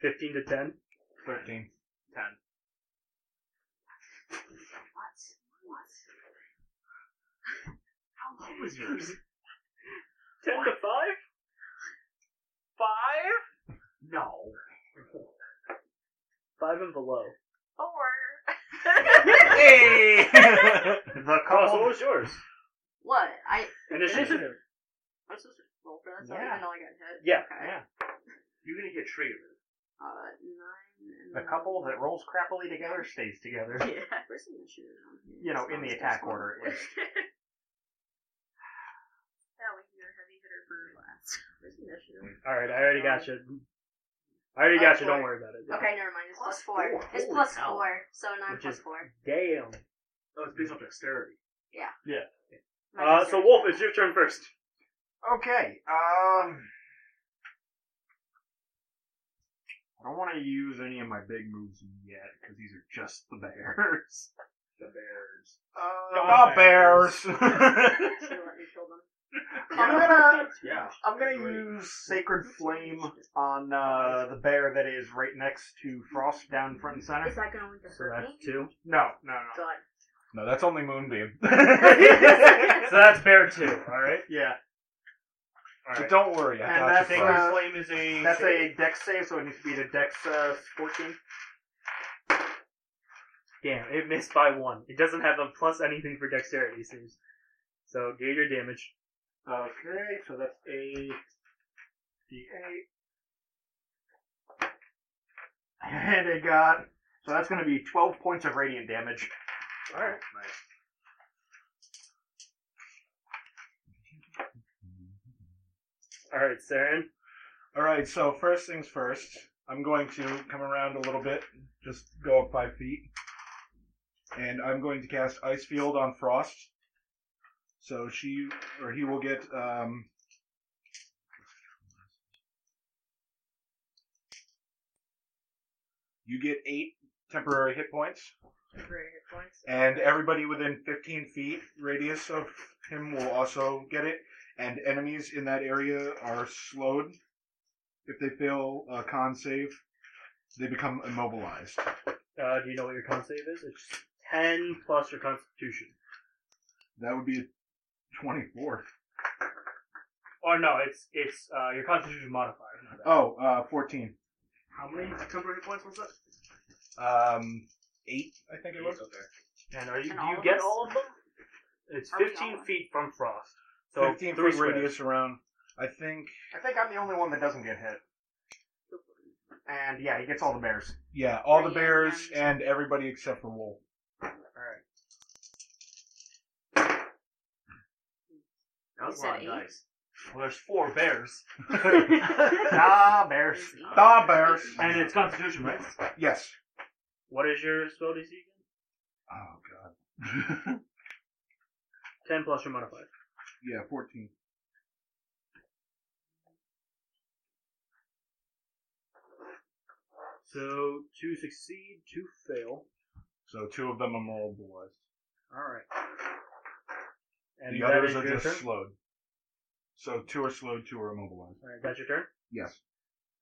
A: 15 to 10.
B: 13.
H: Ten.
C: What? What?
H: How low was yours?
A: 10 to 5?
E: Five?
H: No.
A: 5 and below.
B: Hey!
A: Oh,
G: The
A: so what
G: couple.
A: was yours?
C: What? I
A: Initiative.
C: I'm supposed to roll for that, so
A: Yeah.
C: even though I got hit.
A: Yeah,
C: Okay.
A: yeah.
H: You're gonna get triggered.
C: Uh, nine. And
G: The couple that rolls crappily together stays together.
I: Yeah.
C: Where's the initiative on here?
G: You know, in the attack order. It's
I: That way you're a heavy hitter for last.
C: Where's the initiative?
A: Alright, I already got you. I already got you, don't worry about it.
C: Okay, never mind. It's plus
H: Plus
C: four.
H: four,
C: It's
H: holy
C: plus
H: cow.
C: four, so nine
A: Which
C: plus
A: is-
C: four.
A: Damn.
H: Oh, it's based on dexterity.
A: Uh, so Wolf, it's your turn first.
G: Okay. Um.
B: I don't want to use any of my big moves yet, because these are just the bears.
H: The bears.
G: Uh,
E: Don't
B: Not bears.
E: bears.
C: Should let me kill them.
G: I'm gonna
H: Yeah.
G: I'm gonna use Sacred Flame on uh, the bear that is right next to Frost down front and center.
C: Is that going to
A: So
C: hurt
A: that's
C: me?
A: two.
G: No, no, no.
C: God.
B: no, that's only Moonbeam.
A: So that's bear two, alright?
G: Yeah,
B: So don't worry, I
G: And
B: got
G: that's
B: you.
G: a-
B: Frost.
A: flame is a.
G: that's a Dex save, so it needs to be the Dex uh, 14.
A: Damn, it missed by one. It doesn't have a plus anything for dexterity, it seems. So do your damage.
G: Okay, so that's a D8. And it got. So that's going to be 12 points of radiant damage.
A: Alright. Alright, Saren.
B: All right. So first things first, I'm going to come around a little bit, just go up five feet, and I'm going to cast Ice Field on Frost. So she or he will get um. You get eight temporary hit points,
C: Temporary hit points.
B: and everybody within 15 feet radius of him will also get it. And enemies in that area are slowed. If they fail a con save, they become immobilized.
A: Uh, do you know what your con save is? It's 10 plus your constitution.
B: That would be 24.
A: Or Oh, no, it's it's uh, your constitution modifier. my bad.
B: Oh, uh, 14.
H: How many temporary points was that?
B: Um, 8, I think it was.
A: And are you,
I: And
A: do
I: all
A: you
I: of
A: get
I: us?
A: all of them? It's
I: Are we
A: 15
I: all?
A: feet from Frost. So
B: 15
A: three
B: foot
A: squares.
B: radius around, I think.
G: I think I'm the only one that doesn't get hit. And yeah, he gets all the bears.
B: Yeah, all the
I: Three
B: bears
I: and-
B: and everybody except for Wolf.
H: That was
I: You
H: a lot
I: said
H: of
I: eight?
H: dice.
A: Well, there's four bears,
G: Nah, bears.
B: Ah, bears.
C: Um,
A: and it's Constitution, right?
B: Yes.
A: What is your spell DC?
B: Oh god.
A: Ten plus your modifier.
B: yeah, fourteen.
A: So to succeed, to fail.
B: So two of them are mobilized.
A: All right. And
B: the
A: that
B: others
A: is
B: are
A: your
B: just
A: turn.
B: slowed. So two are slowed, two are immobilized.
A: All right, that's your turn.
B: Yes.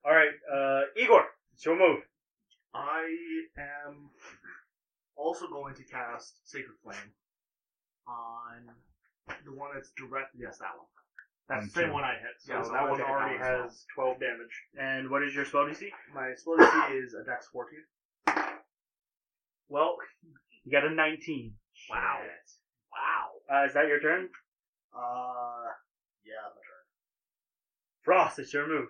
A: All right, uh, Igor, it's your move.
H: I am also going to cast Sacred Flame on the one that's direct. Yes, that one.
B: On
G: That's the same
B: two.
G: one I hit. So
H: Yeah, so
G: that
H: I'll
G: one
H: take a
G: already
H: down as
G: has 12 damage.
A: And what is your spell DC?
H: My spell DC is a Dex 14.
A: Well, you got a 19.
H: Wow. Wow.
A: Uh, is that your turn?
H: Uh, yeah. my turn.
A: Frost, it's your move.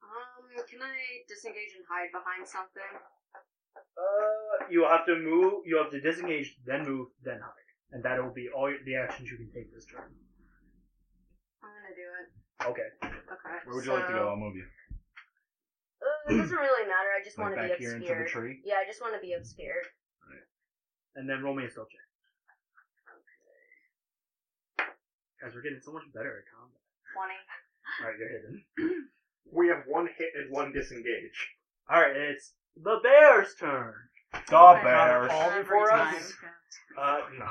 C: Um, can I disengage and hide behind something?
A: Uh, you'll have to move, you'll have to disengage, then move, then hide. And that'll be all your, the actions you can take this turn.
C: I'm gonna do it.
A: Okay.
C: Okay.
B: Where would you like to go? I'll move you.
C: Uh, it doesn't really matter. I just
B: Like
C: want to
B: back
C: be
B: here into the
C: obscured.
B: tree.
C: Yeah, I just want to be obscured.
A: And then roll me a spell check. Guys, we're getting so much better at combat.
C: Twenty.
A: Alright, you're hidden.
G: We have one hit and one disengage.
A: Alright, it's the bear's turn.
B: The
I: Okay.
B: bears.
A: All
I: Every
A: before us?
I: time.
E: Oh,
A: Uh, no.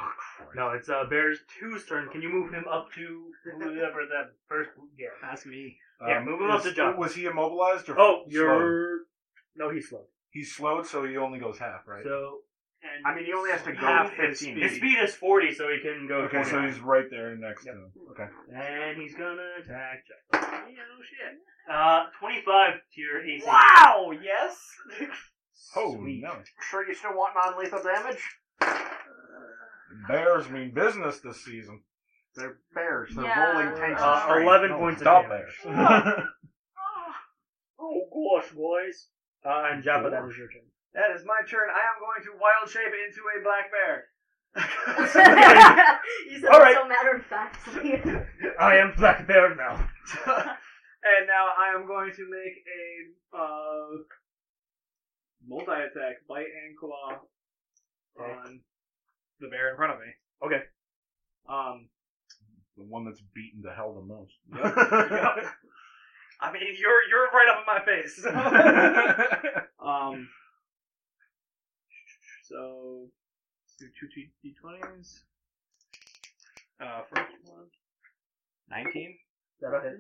A: No, it's uh, Bear's two's turn. Can you move him up to whoever that first? Yeah.
E: That's me.
A: Yeah, move him up
B: Uh, is-
A: to John.
B: Was he immobilized or
A: Oh,
B: slowed?
A: you're. No, he's slow.
B: He's slowed, so he only goes half, right?
A: So. And
G: I mean, he only has to go
A: Half
G: with
B: his
G: 15.
A: his speed is forty, so he can go.
B: okay,
A: 20.
B: so he's right there next
A: Yep.
B: to him. Okay.
A: And he's gonna attack. Jack. Yeah,
E: oh,
A: no shit. Uh, twenty-five to your AC.
G: Wow, yes.
B: Oh
A: Sweet.
B: no!
G: Sure, you still want non-lethal damage?
B: Bears mean business this season.
G: They're bears. They're
I: Yeah.
G: rolling tanks.
A: Uh,
G: of strength.
A: 11
B: No,
A: points of
B: Stop
A: damage.
B: bears.
A: Oh gosh, boys. Uh, and Jabba, that was your turn.
E: That is my turn. I am going to wild shape into a black bear.
C: you said
A: All
C: All
A: right.
C: right. so matter of factly.
A: I am Black Bear now.
E: and now I am going to make a uh, multi attack, bite and claw on the bear in front of me.
A: Okay.
E: Um,
B: the one that's beaten to hell the most.
E: I mean, you're you're right up in my face. so. um, so let's do two d twenties. Uh, first one. Nineteen.
A: That'll hit.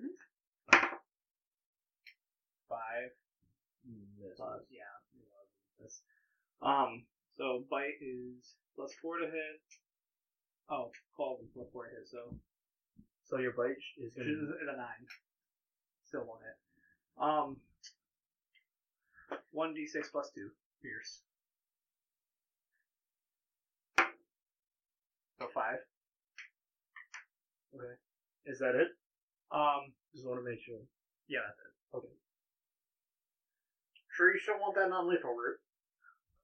E: Five. Plus, yeah. This. Um. So bite is plus four to hit. Oh, claw is plus four to hit. So
A: So your bite is
E: Which
A: gonna.
E: is is a nine. Still won't hit. Um, one d six plus two fierce. So five.
A: Is that it?
E: Um,
A: Just want to make sure.
E: yeah.
G: Sure, you still want that non-lethal route?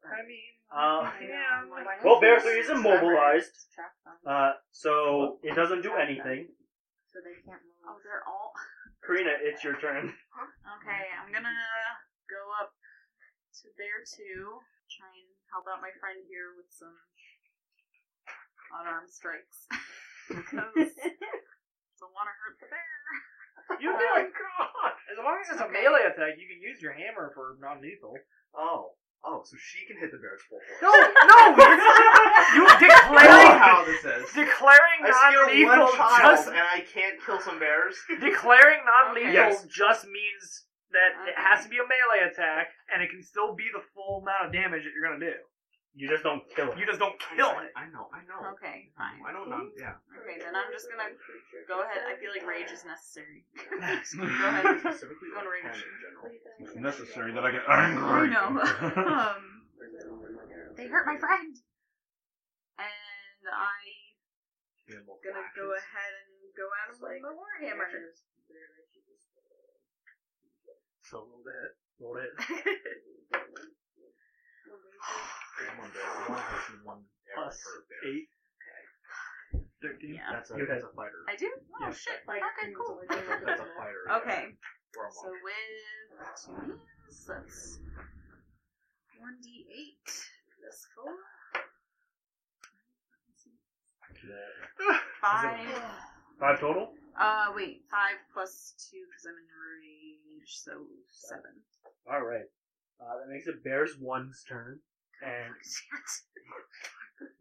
I: I mean,
A: Uh,
I: yeah. I'm like,
A: Well, Bear, so he's immobilized.
C: Distract them
A: Uh, so it doesn't do anything.
C: so they can't move.
I: oh, they're all.
A: Karina, it's your turn.
I: Okay, I'm gonna go up to there too. Try and help out my friend here with some unarmed strikes. Because don't want to hurt the bear.
E: You
G: Oh my
E: can,
G: god!
E: as long as it's a melee attack, you can use your hammer for non-lethal.
H: Oh. Oh, so she can hit the bear's full force.
E: No, no, you're not. You
I: Oh
E: declaring
H: how this is.
E: declaring
H: I scared
E: non-lethal
H: one child
E: just
H: and I can't kill some bears.
E: declaring non-lethal
I: Okay.
A: Yes.
E: just means that it
I: Okay.
E: has to be a melee attack, and it can still be the full amount of damage that you're gonna do.
A: You just don't kill it.
E: You just don't kill
H: I,
E: it.
H: I know, I know.
I: Okay, fine.
H: I don't know. Yeah.
I: Okay, then I'm just gonna go ahead. I feel like rage is necessary.
H: Go
I: ahead.
H: Specifically,
I: Go
H: or
I: to range.
H: can in general.
B: It's necessary that I get angry.
I: I know. um, they hurt my friend. And I'm gonna go ahead and go at him with my warhammer.
H: So roll the hit.
A: Roll it.
H: Come on, bear. One person, one arrow
E: Plus
H: per bear.
A: Eight.
E: Thirteen.
I: Yeah.
H: That's a, that's a fighter.
I: I do? Oh,
H: Yeah.
I: shit.
C: Like,
I: okay, cool.
H: That's a fighter. yeah.
I: Okay.
H: Or a
I: So
H: monk.
I: with two meals, that's one d eight plus four. Five.
A: Five total?
I: Uh, wait, five plus two because I'm in rage, so seven.
A: Alright. Uh, that makes it Bears one's turn. And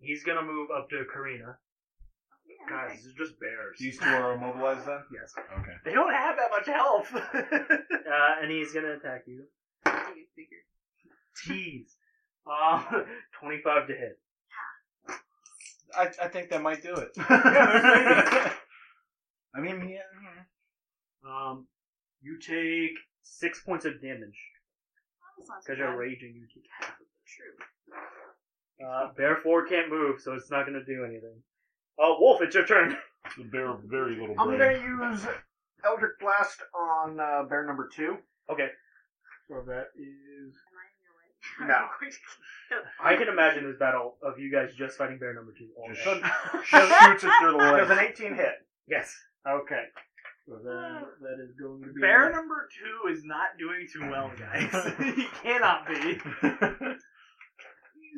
A: he's gonna move up to Karina.
H: Guys, this is just bears.
B: These two are immobilized then?
H: Yes.
B: Okay.
H: They don't have that much health.
A: Uh, and he's gonna attack you.
I: Do you figure?
A: Jeez. Um, 25 to hit.
B: I, I think that might do it. I mean, yeah.
A: Um, you take six points of damage. Because you're raging, you take half of it. True. Uh, bear 4 can't move, so it's not gonna do anything. Oh, Wolf, it's your turn.
K: The bear, very little
G: I'm
K: brain.
G: gonna use Eldritch Blast on uh, bear number two.
A: Okay.
E: So that is
G: No.
A: I can imagine this battle of you guys just fighting bear number Oh, 2 all
B: Just,
A: day.
B: just shoots it through the
G: Does an
B: legs.
G: 18 hit?
A: Yes.
G: Okay.
E: so that that is going to be
H: Bear number two is not doing too well, guys. he cannot be.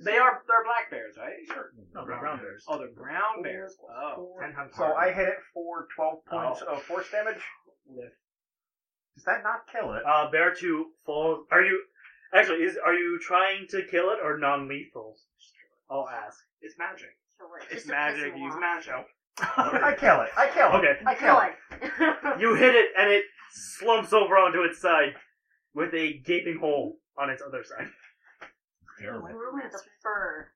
E: They are they're black bears, right? Sure.
H: No,
A: brown
H: brown
A: bears.
H: bears.
E: Oh, they're brown bears. Oh,
H: Ten times
G: So
H: harder. Oh.
G: I hit it for 12 points of force damage. Does that not kill it?
A: Uh, bear two falls. Are you actually is are you trying to kill it or non-lethal? I'll ask.
H: It's magic.
C: Just
H: It's
C: to piss
H: magic.
C: him
H: Use
C: off.
H: magic.
G: I kill it. I kill it.
A: Okay,
G: I
C: Kill
G: kill it.
C: it.
A: you hit it and it slumps over onto its side with a gaping hole on its other side.
K: Terrible.
C: Ruin the fur.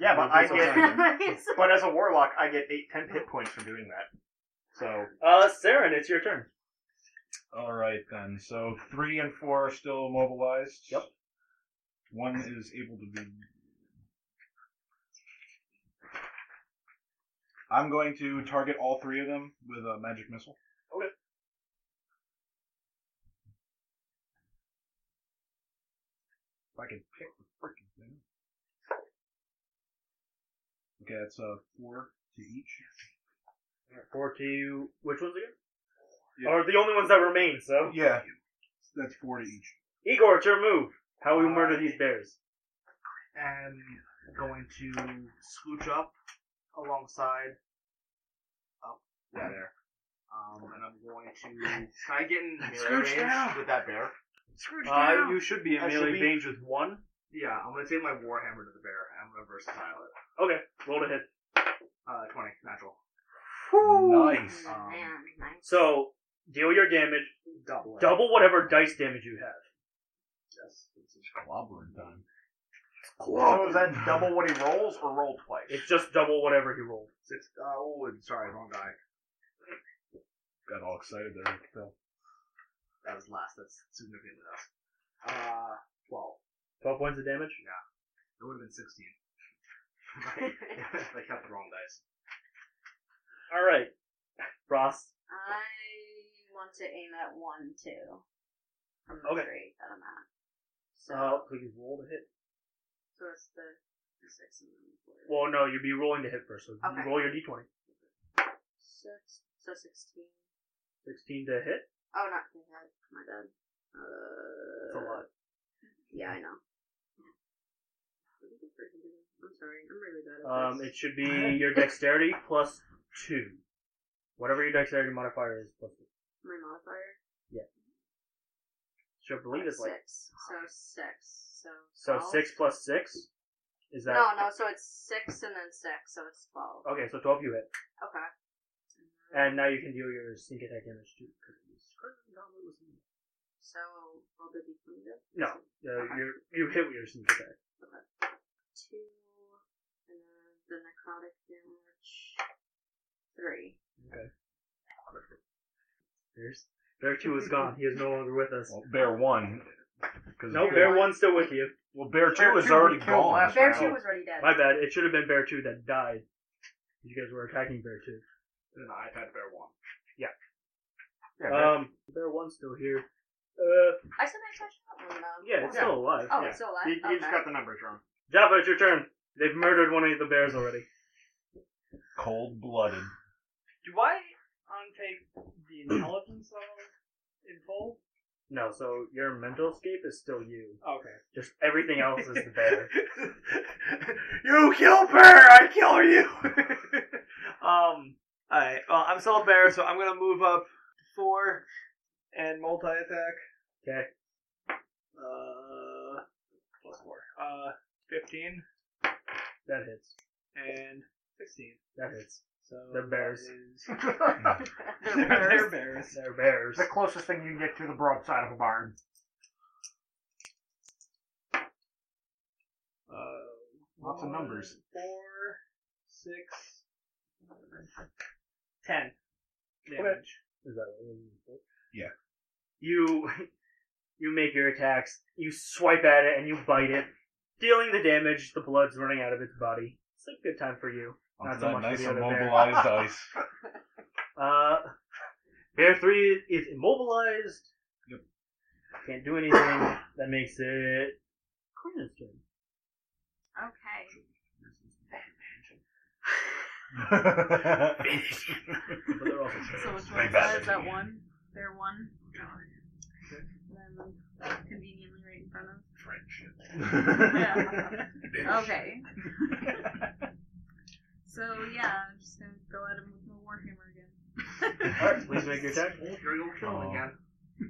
G: Yeah, but I get.
C: It's-
G: But as a warlock, I get eight, ten hit points for doing that. So
A: Uh, Saren, it's your turn.
B: All right then. So three and four are still immobilized.
A: Yep.
B: One is able to be. I'm going to target all three of them with a magic missile.
A: Okay.
B: If I can pick the freaking thing. Okay, that's uh, four to each.
A: Four to you. Which ones again?
B: Yeah.
A: Are the only ones that remain. So
B: Yeah, that's four to each.
A: Igor, it's your move. How will you murder these bears?
H: am going to scooch up alongside up yeah. there. Um, and I'm going to try getting melee range
E: Scooch down.
H: with that bear.
A: Uh, you should be in
H: I should
A: melee
H: be-
A: range with one.
H: Yeah, I'm gonna take my warhammer to the bear. and I'm gonna versatile it.
A: Okay, roll to hit.
H: Uh, twenty natural.
B: Nice.
H: Um,
C: Man, nice.
A: So deal your damage,
H: Double. it.
A: double whatever dice damage you have.
H: Yes.
B: Clobbering time.
G: So is that double what he rolls or roll twice?
A: It's just double whatever he rolled.
H: Six. Uh, oh, sorry, wrong die.
B: Got all excited there. Phil.
H: That was last. That's significantly less. Uh, twelve.
A: Twelve points of damage.
H: It would have been sixteen. I kept the wrong dice.
A: All right, Frost.
C: I want to aim at one, two. From the
A: Okay.
C: three that I'm at. So,
A: Uh, please roll to hit.
C: so it's the, the six and then the four.
A: Well, no, you'd be rolling to hit first. So
C: Okay.
A: roll your d20.
C: Six, so 16.
A: 16 to hit.
C: Oh, not to hit. My bad. Uh,
A: That's a lot.
C: Yeah, I know. I'm sorry. I'm really bad at
A: Um,
C: this.
A: it should be your dexterity plus two. Whatever your dexterity modifier is plus two.
C: My modifier?
A: Which I believe it's like
C: six. So six. So,
A: so
C: 12?
A: six plus six. Is that
C: No, no, so it's six and then six, so it's 12.
A: okay? So 12 you hit,
C: Okay.
A: and now you can deal your sneak attack damage too.
C: So, roll the d20.
A: No, uh, you you hit with your sneak attack.
C: two, and then the necrotic damage three.
A: There's Bear two is gone. He is no longer with us.
B: Well, bear one. 'cause-
A: No, Bear one's still with you.
B: Well, bear two
G: Bear
B: is
G: two
B: already
G: we killed
B: gone.
G: last
C: Bear
G: round.
C: two was already dead.
A: My bad. It should have been Bear two that died. You guys were attacking Bear two.
H: And I've had bear one. Uh,
G: Yeah, bear-
A: Um, Bear one's still here. Uh,
C: I said I touched that one though.
A: yeah, it's
G: Yeah.
A: still alive.
C: Oh,
A: Yeah.
C: it's still alive.
G: you, you
C: okay.
G: just got the numbers wrong.
A: Java, it's your turn. They've murdered one of the bears already.
K: Cold blooded.
E: Do I untake the intelligence level in full?
A: No, so your mental scape is still you.
E: Okay.
A: Just everything else is the bear.
H: you kill Bear, I kill you. um, alright. Well, I'm still a bear, so I'm gonna move up four and multi attack.
A: 'Kay.
E: Uh, plus four. Uh, fifteen
A: That hits.
E: and sixteen.
A: That hits.
E: So
A: They're
E: that
A: bears.
E: is-
G: They're
E: they're, they're
G: bears.
E: bears.
A: They're bears.
G: the closest thing you can get to the broadside of a barn.
E: Uh,
B: Lots of
E: one,
B: numbers.
E: Four, six, ten damage.
A: Is that what you-
K: Yeah.
A: You you make your attacks, you swipe at it and you bite it, dealing the damage, the blood's running out of its body. It's a good time for you. Not
K: Onto
A: so
K: that
A: much
K: nice
A: video there.
K: immobilized ice.
A: Uh Bear three is immobilized.
K: Yep.
A: Can't do anything. That makes it Cornyn's turn.
I: Okay.
A: But they're also
I: So which
K: Very
I: one is
K: badly.
I: that? Is that one? There one? And then that's conveniently right in front of.
K: Friendship.
I: Okay. so yeah, I'm just gonna go at him with my warhammer again.
A: Alright, please make your attack.
H: You're gonna kill him
K: Aw.
H: again.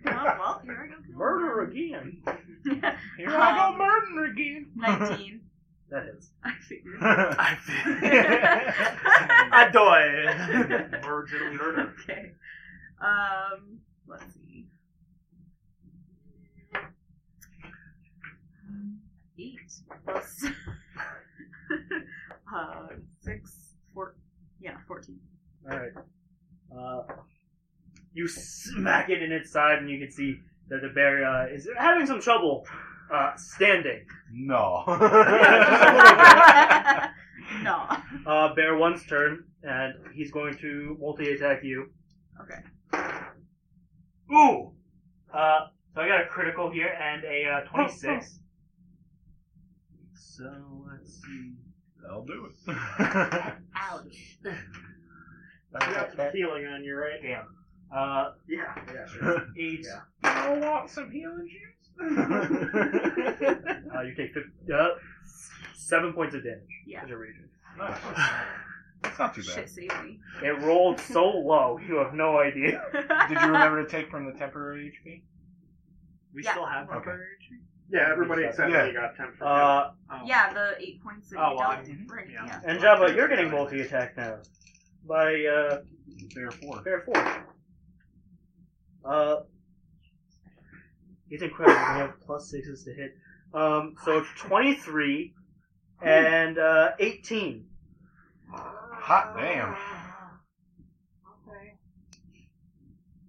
I: oh, well, here I go. kill
A: Murder again.
I: him.
K: Here I
I: Um,
K: go murdering again.
I: Nineteen.
A: That hits.
I: I figured.
K: I
H: I die. Virgin murder.
I: Okay. Um, let's see. Eight plus uh, six, four, yeah, fourteen.
A: Alright. Uh, you smack it in its side, and you can see that the bear uh, is having some trouble uh, standing.
K: No.
I: no.
A: Uh, bear one's turn, and he's going to multi attack you.
I: Okay.
A: Ooh! Uh, so I got a critical here and a uh, 26. so let's see.
K: I'll do it.
I: Ouch.
A: You got some healing on you, right? Yeah. Uh,
G: Yeah, yeah,
A: eight.
G: Yeah.
K: I want some healing juice.
A: Uh, you take fif- uh, seven points of damage.
I: Yeah.
A: as a regen.
K: It's not too
I: Shit
K: bad.
I: saved me.
A: It rolled so low, you have no idea.
K: Did you remember to take from the temporary HP?
E: We
I: Yeah.
E: still have
K: Okay.
E: coverage.
G: Yeah, everybody except
K: Yeah.
G: me got ten for
A: Uh,
E: Oh.
I: Yeah, the eight points that
E: Oh,
I: you
E: well,
I: dealt.
E: I'm-
I: Right,
E: yeah.
I: yeah.
A: And Java, you're getting multi attack now by uh,
K: There are four.
A: Bear Four. Uh, it's incredible. They have plus sixes to hit. Um, so it's 23 and uh, 18.
K: Hot damn.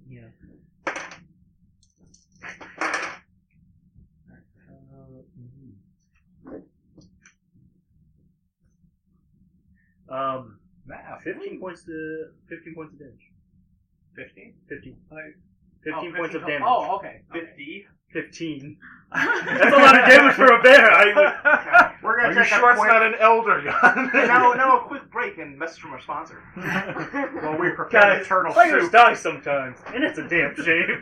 A: Yeah. Uh, mhm. Um,
K: Math.
A: 15 points to 15 points of damage.
E: 15?
A: 15.
E: Like-
A: 15
E: Oh,
A: points of
E: to-
A: damage.
E: Oh, okay.
H: 50.
A: 15. That's a lot of damage for a bear. I would...
G: me. We're
K: Are
G: gonna
K: you
G: take a
K: sure it's
G: quick-
K: not an elder gun?
H: And now, now a quick break and message from our sponsor.
G: Well, we prepared
A: Guys,
G: a turtle
A: Players
G: soup.
A: die sometimes, and it's a damn shame.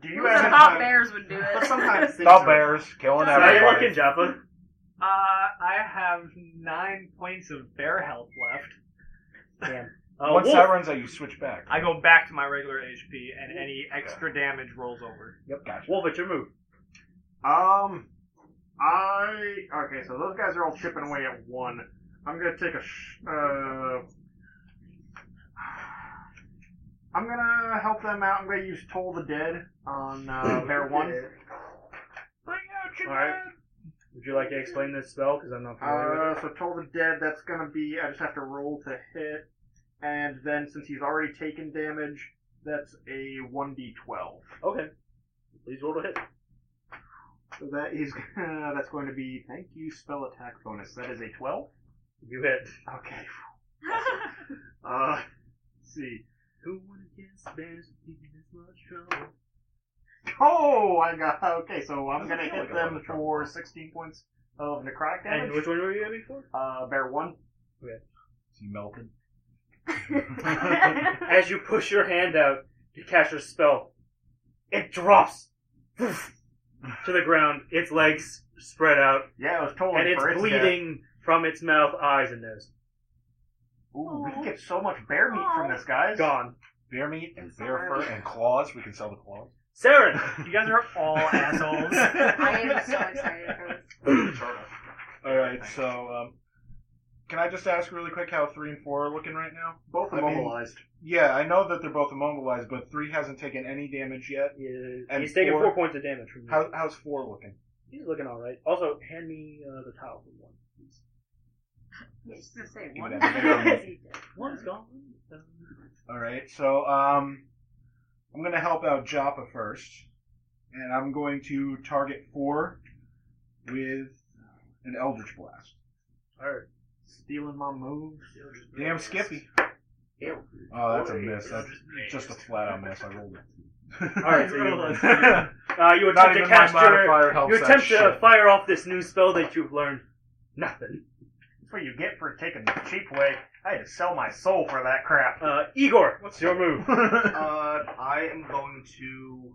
G: Do
I: You
G: you
I: would
G: have
I: have
G: any
I: thought
G: time-
I: bears would do it.
G: But sometimes things
K: Stop
G: are-
K: bears killing
A: How you
K: everybody.
A: looking, Jaffa?
E: Uh, I have nine points of bear health left.
A: Uh,
K: Once
A: Wolf,
K: that runs out, you switch back.
E: I go back to my regular HP, and any extra damage rolls over.
A: Wolf, it's your move.
G: Um, I okay. So those guys are all chipping away at one. I'm gonna take a. Sh- uh, I'm gonna help them out. I'm gonna use Toll the Dead on uh, Bear One.
K: Bring out your
A: All right. Would you like to explain this spell? Because I'm not familiar with
G: Uh, so Toll the Dead. That's gonna be. I just have to roll to hit, and then since he's already taken damage, that's a one d12.
A: it. Okay. Please roll to hit.
G: So that is that's going to be thank you spell attack bonus. That is a 12.
A: You hit.
G: Okay. Uh, let's see.
A: Who would have guessed bears would be this much trouble?
G: Oh, I got okay. So I'm
K: Doesn't
G: gonna
K: feel
G: hit
K: like a lot
G: them
K: of trouble.
G: for 16 points of necrotic
A: And
G: damage.
A: which one were you at before?
G: Uh, bear one.
A: Okay.
B: he melted?
A: As you push your hand out to cast your spell, it drops poof, to the ground, its legs spread out,
L: Yeah, it was totally
A: and it's
L: for its
A: bleeding from its mouth, eyes, and nose.
L: death. Ooh, we can get so much bear meat from this, guys.
A: Gone.
B: Bear meat and bear fur and claws. We can sell the claws.
A: Saren!
G: You guys are all assholes.
C: I am so excited for this.
B: All right. So, um, can I just ask really quick how three and four are looking right now?
L: Both
B: I mean-
L: immobilized.
B: Yeah, I know that they're both immobilized, but three hasn't taken any damage yet.
A: Yeah,
B: And
A: he's taking
B: four-
A: four, points of damage from you.
B: How, how's four looking?
A: He's looking all right. Also, hand me uh, the towel for one. please.
B: He would have to bear meat.
A: One's gone.
B: All right, so um, I'm going to help out Joppa first, and I'm going to target four with an Eldritch Blast.
A: Alright.
G: Stealing my moves.
B: Damn Skippy. Oh, that's a miss. That's just a flat out miss. I rolled it.
A: All right, so you- Uh, you
B: Not
A: attempt to
B: even
A: cast
B: my
A: your.
B: modifier helps
A: You
B: that
A: attempt to
B: shit.
A: fire off this new spell that you've learned. Nothing.
L: That's what you get for taking the cheap way. I had to sell my soul for that crap.
A: Uh, Igor, what's your move?
G: Uh, I am going to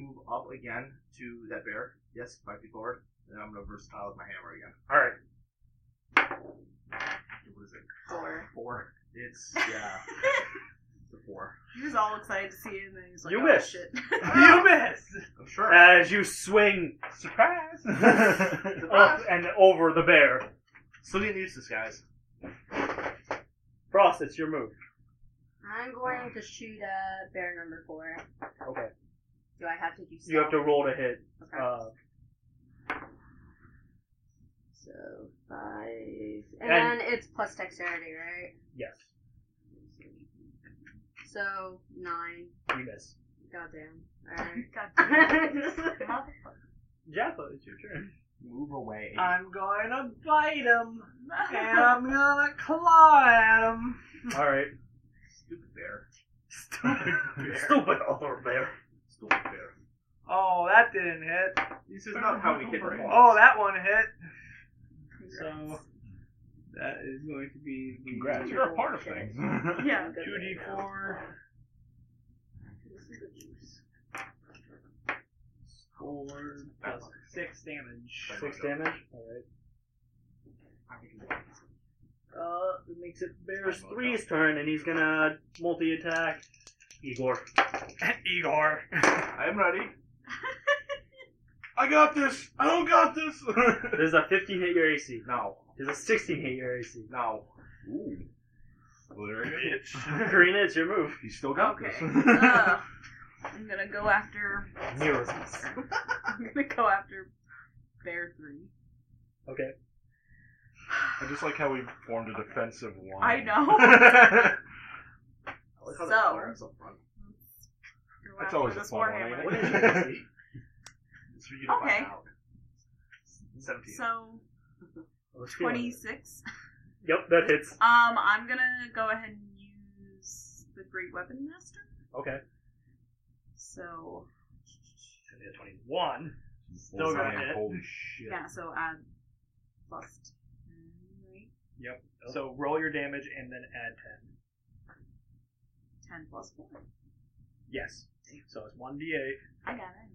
G: move up again to that bear. Yes, five feet forward. And then I'm going to versatile with my hammer again.
A: Alright.
G: What is it?
I: Four.
G: Four. It's, yeah. it's a four.
I: He was all excited to see it, and then he was like,
A: You
I: oh,
A: wish.
I: shit.
G: you missed! Sure.
L: Uh,
A: As you swing
B: Surprise!
L: uh,
A: up and over the bear.
G: Still getting used to this, guys.
A: Frost, it's your move.
C: I'm going to shoot uh, bear number four.
A: Okay.
C: Do I have to do
A: You have to
C: stealth?
A: roll to hit.
C: Okay.
A: Uh,
C: so five. And,
A: and-
C: then it's plus dexterity, right?
A: yes,
C: So nine.
A: you miss.
C: Goddamn. Alright.
A: Jaffa, it's your turn.
L: Move away.
E: I'm going to bite him, and I'm going to claw at him.
A: Alright.
G: Stupid bear.
A: Stupid other bear.
G: Stupid bear.
E: Oh, that didn't hit.
G: This is not how we hit the ball.
E: Oh, that one hit. So that is going to be the
B: Congrats, you're a part of things.
I: yeah.
E: Two D four. Four plus six damage.
A: Six damage. Alright. Uh, it makes it Bear's three's turn, and he's gonna multi attack Igor.
G: Igor. I'm ready.
B: I got this. I don't got this.
A: There's a 15 hit your AC.
G: No.
A: There's a 16 hit your AC.
G: No.
B: Well, there you
A: Karina, it's your move.
B: go. He's still got
I: Okay.
B: this.
I: Uh, I'm gonna go after.
A: Mirror.
I: I'm gonna go after Bear 3.
A: Okay.
B: I just like how we formed a defensive line.
I: I know.
B: know.
I: So.
G: That's up front.
I: Go
B: That's
I: after
B: always a
I: this
B: fun one, ain't
I: warhammer.
B: it?
A: What is your AC?
G: That's for you to
I: Okay.
G: find out. Seventeen.
A: Oh,
I: So,
A: it's feeling it.
I: 26.
A: Yep, that hits.
I: Um, I'm gonna go ahead and use the Great Weapon Master.
A: Okay.
I: So,
A: One.
B: Still
A: got it.
B: Holy shit.
I: yeah, so add plus 10, right?
E: So roll your damage and then add ten.
I: 10 plus 4.
E: Yes. So it's one D eight.
I: I got it.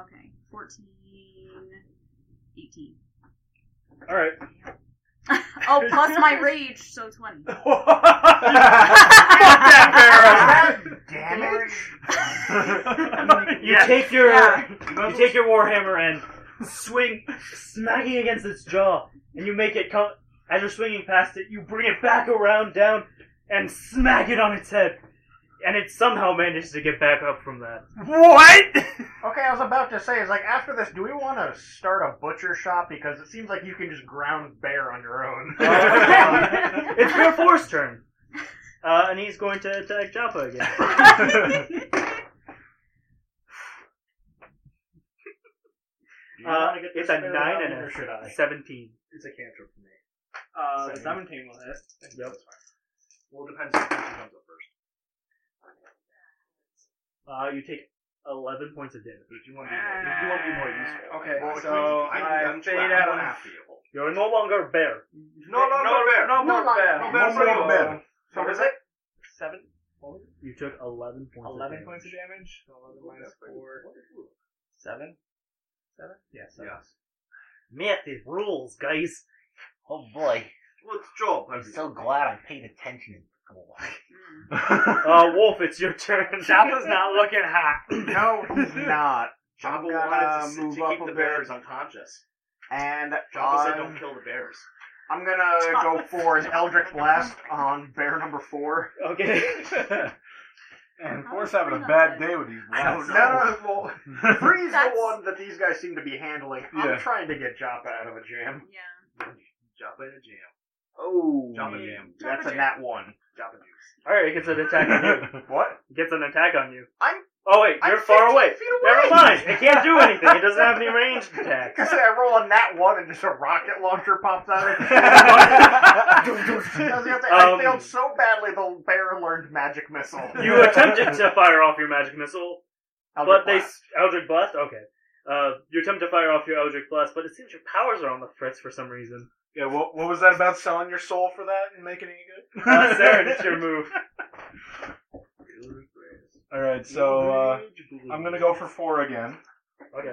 I: Okay, 14, 18.
A: Alright.
I: oh, plus my rage, so 20.
C: Oh,
L: Damage?
A: You
G: Yeah.
A: take your uh,
I: Yeah.
A: you take your warhammer and swing, smacking against its jaw, and you make it come. As you're swinging past it, you bring it back around down and smack it on its head, and it somehow manages to get back up from that.
L: Okay, I was about to say, it's like after this, do we want to start a butcher shop? Because it seems like you can just ground bear on your own.
A: Uh, It's Bear Force turn, uh, and he's going to attack Joppa again. Uh, it's a nine and
L: or
A: a
L: should I?
A: seventeen.
E: It's a cantrip for me. Uh, the
L: Same.
E: seventeen will hit.
A: Yep.
G: Well, it depends on who comes up first.
A: Uh, you take eleven points of damage.
G: If you want to be more, if you want to be more useful.
E: Okay,
G: Well,
E: so
G: I,
E: I
G: I'm,
E: fade
G: I'm
E: out
G: one
E: of-
G: after you.
A: You're no longer bear.
H: No, no, no, bear.
C: No
H: more
C: longer
H: bear.
C: bear.
H: No
B: No
H: bear for you.
B: more bear.
H: So what is it? Seven.
A: You took 11 points. of
H: Eleven
A: damage.
H: points of damage. So Eleven minus four. Seven. Seven. Yeah. Seven.
A: Math is rules, guys.
M: Oh boy,
H: Well, it's Joel.
M: I'm so glad I paid attention in school.
A: Uh, Wolf, it's your turn.
H: Jabba's not looking hot.
G: No, he's not.
H: Jabba
G: I'm gonna
H: wanted to,
G: move
H: to
G: up
H: keep
G: a
H: the
G: bit.
H: bears unconscious.
G: And
H: Jabba said,
G: I'm-
H: "Don't kill the bears."
G: I'm gonna go for an Eldritch Blast on bear number four.
A: Okay.
B: And of course, having a bad day with these blasts.
G: No, Oh, no, well, three's the
I: That's-
G: one that these guys seem to be handling.
B: Yeah.
G: I'm trying to get Joppa out of a jam.
I: Yeah.
H: Jabba in a jam.
G: Oh,
H: Jabba jam.
G: that's a nat one.
H: Jabba juice.
A: Alright, it gets an attack on you.
G: What?
A: It gets an attack on you.
G: I'm-
A: Oh, wait, you're
G: I'm
A: far
G: 15
A: away.
G: feet
A: Never mind. It can't do anything. It doesn't have any ranged attacks.
G: Because I roll a nat one and just a rocket launcher pops out of it. I, was gonna say,
A: Um,
G: I failed so badly the bear learned magic missile.
A: You attempted to fire off your magic missile,
G: Eldritch
A: but they.
G: Blast.
A: Eldritch Blast? Okay. Uh, you attempt to fire off your Eldritch Blast, but it seems your powers are on the fritz for some reason.
B: Yeah, what, what was that about selling your soul for that and making it good?
A: Uh, Saren, it's your move.
B: Alright, so uh, I'm going to go for four again.
A: Okay.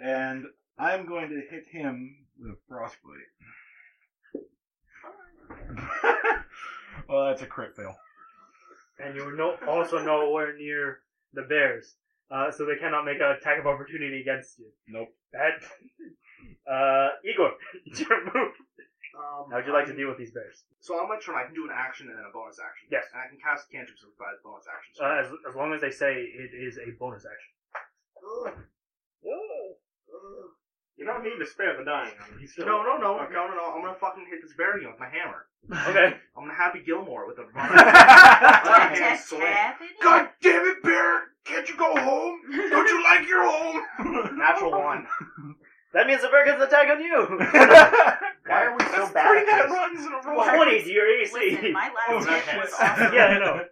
B: And I'm going to hit him with a frostbite. well, that's a crit fail.
A: and you were no, also nowhere near the Bears, uh, so they cannot make an attack of opportunity against you.
B: Nope.
A: That, uh, Igor, it's your move.
H: Um,
A: How would you like to deal with these Bears?
H: So on my turn, I can do an action and then a bonus action.
A: Yes.
H: And I can cast cantrips with five bonus actions.
A: Uh, as, as long as they say it is a bonus action.
H: you don't need to spare the dying.
A: He's still-
H: No, no, no,
A: Okay.
H: no, no, no. I'm gonna fucking hit this bear again with my hammer.
A: Okay.
H: I'm gonna Happy Gilmore with a
I: Hmm.
H: underhand swing.
B: God damn it, Bear! Can't you go home? Don't you like your home?
H: Natural one.
A: That means the bear gets an attack on you!
G: Why are we so
B: That's
G: bad
B: three
G: at
B: net
G: this?
B: runs in a row.
A: 20 to your AC!
I: Listen, my
B: Oh,
I: last hit was awesome.
A: yeah, I know.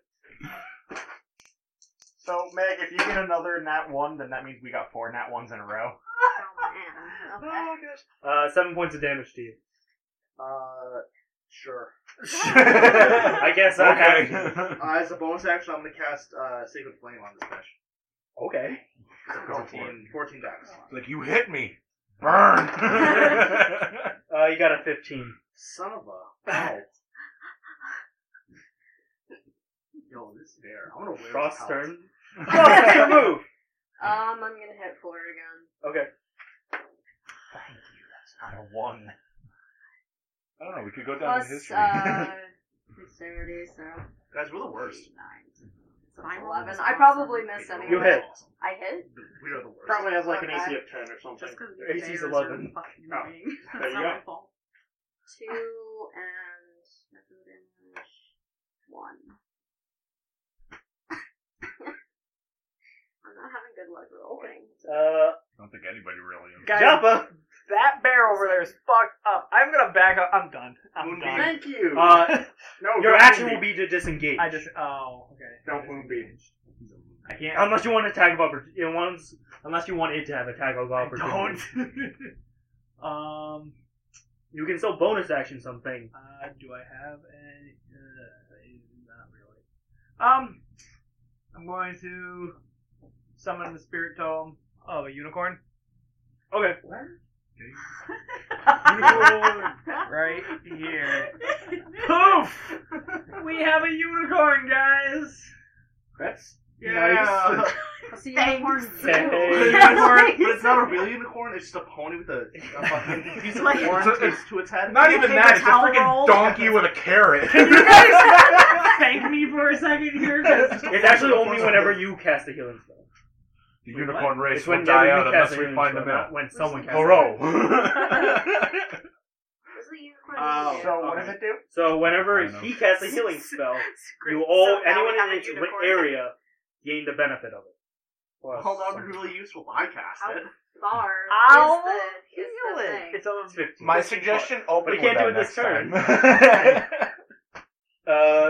G: So, Meg, if you get another nat one, then that means we got four nat ones in a row.
C: Oh, man. Okay.
A: Uh, seven points of damage to you.
H: Uh, sure.
A: I guess that happened.
H: Uh, as a bonus action, I'm gonna cast uh, Sacred Flame on this fish.
A: Okay.
B: Go
C: Um,
B: for
H: 14,
B: it.
H: 14 dice.
B: Like, you hit me. Burn!
A: Uh, you got a 15.
H: Son of a. Ow. Yo, this bear. I'm gonna wear
A: Frost
H: his
A: turn. Frost, it's your move!
C: Um, I'm gonna hit four again.
A: Okay.
B: I don't know, we could go down in
C: Plus,
B: history.
C: uh, dexterity, so
H: Guys, we're the worst.
C: nine. So
I: Mine was
C: eleven. I
I: awesome.
C: probably missed anyway.
A: You hit.
C: I hit.
H: We are the worst.
G: Probably has like an AC
C: Okay.
G: of 10 or something.
I: Just because the
A: AC is
I: bears are
A: 11.
I: fucking
G: Oh,
I: annoying.
G: there
I: It's
G: you go.
I: not my fault.
C: Two and method damage. One. I'm not having good luck rolling.
A: Uh,
B: I don't think anybody really is.
E: Guys,
A: Joppa!
E: that bear over there is fucked up. I'm gonna back up. I'm done. I'm
H: Moonbeam.
E: done.
G: Thank you!
A: Uh,
G: no,
A: your
G: don't
A: action will
G: moonbeam.
A: be to disengage.
E: I just. Oh, okay.
G: Don't moonbeam.
E: I can't.
A: Unless you want attack of opportunity, unless you want it to have attack of opportunity.
E: um.
A: You can still bonus action something.
E: Uh, do I have any? Uh, not really. Um, I'm going to summon the spirit tome of a unicorn.
A: Okay.
E: right here. Poof! We have a unicorn, guys.
A: That's
H: Yeah.
C: So you
I: Thanks.
A: Hey.
H: unicorn, but it's not a real unicorn. It's just a pony with a, a fucking piece of
I: Like-
H: horn
B: It's a-
H: taped to its head.
B: Not even that, it's a
I: towel
B: freaking
I: roll?
B: donkey with a carrot.
E: You guys thank me for a second here. 'cause-
A: It's actually only whenever you cast a healing spell.
B: The unicorn race
A: it's
B: will
A: whenever
B: die
A: you
B: out
A: cast a
B: unless we
A: healing
B: find
A: spell,
B: them out.
A: not When someone casts. it.
B: Horo!
C: Was the unicorn
A: Oh.
G: Uh,
K: Oh,
C: in there?
G: so, what does it do?
A: So whenever
B: I know.
A: he casts a healing spell, you all anyone in its area gain the benefit of it. Plus-
H: Well, that would be really useful. if I cast it.
C: Far
E: I'll
C: is the, is the
E: heal it.
C: thing.
E: It's a
A: It's fifteen.
B: My suggestion, open
A: But you can't
B: with
A: do it
B: that
A: this turn.
B: next time.
A: Uh,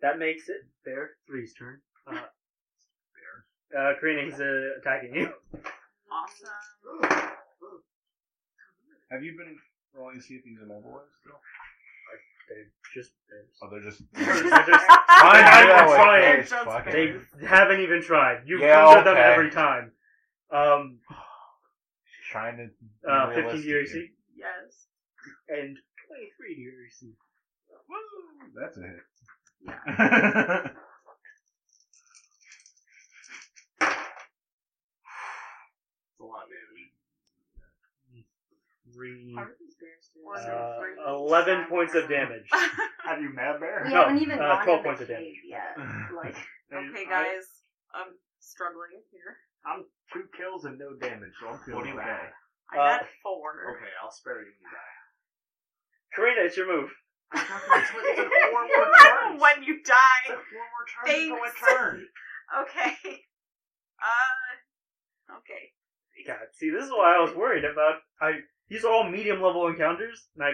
A: that makes it Bear three's turn. Uh, uh, Karina, he's uh, attacking you.
I: Awesome.
K: Have you been rolling to see if he's immobilized? still?
A: Just
K: Oh, they're just.
A: They're just-
K: Fine,
A: I'm
K: yeah,
A: just
K: like,
A: trying.
K: hey, fuck it.
A: They haven't even tried. You've
K: Yeah,
A: come to them
K: okay.
A: every time. Um,
K: trying to. be
A: uh, 15
K: realistic
A: to your
K: here.
A: AC
I: Yes.
A: and 23 to your AC.
K: That's a hit.
H: It's a lot, man.
A: Three,
C: How are these bears doing?
I: One,
A: Mm. uh,
I: three,
A: 11
I: five,
A: points of
I: nine.
A: damage.
G: Have you mad bear?
C: We
A: No,
C: haven't even
A: uh,
C: gone
A: 12
C: in the
A: points of
C: cave
A: damage.
C: yet. Like,
I: Okay,
G: I-
I: guys. I'm struggling here.
G: I'm two kills and no damage, so I'm feeling
H: What do you
G: bad.
I: I'm
A: Uh,
I: at four.
H: Okay, I'll spare you that.
A: Karina, it's your move.
G: It's like four more turns.
I: when you
G: It's
I: die.
G: like four more turns until I
I: Thanks.
G: turn.
I: Okay. Uh. Okay.
A: God, see, this is why I was worried about. I these are all medium level encounters, and I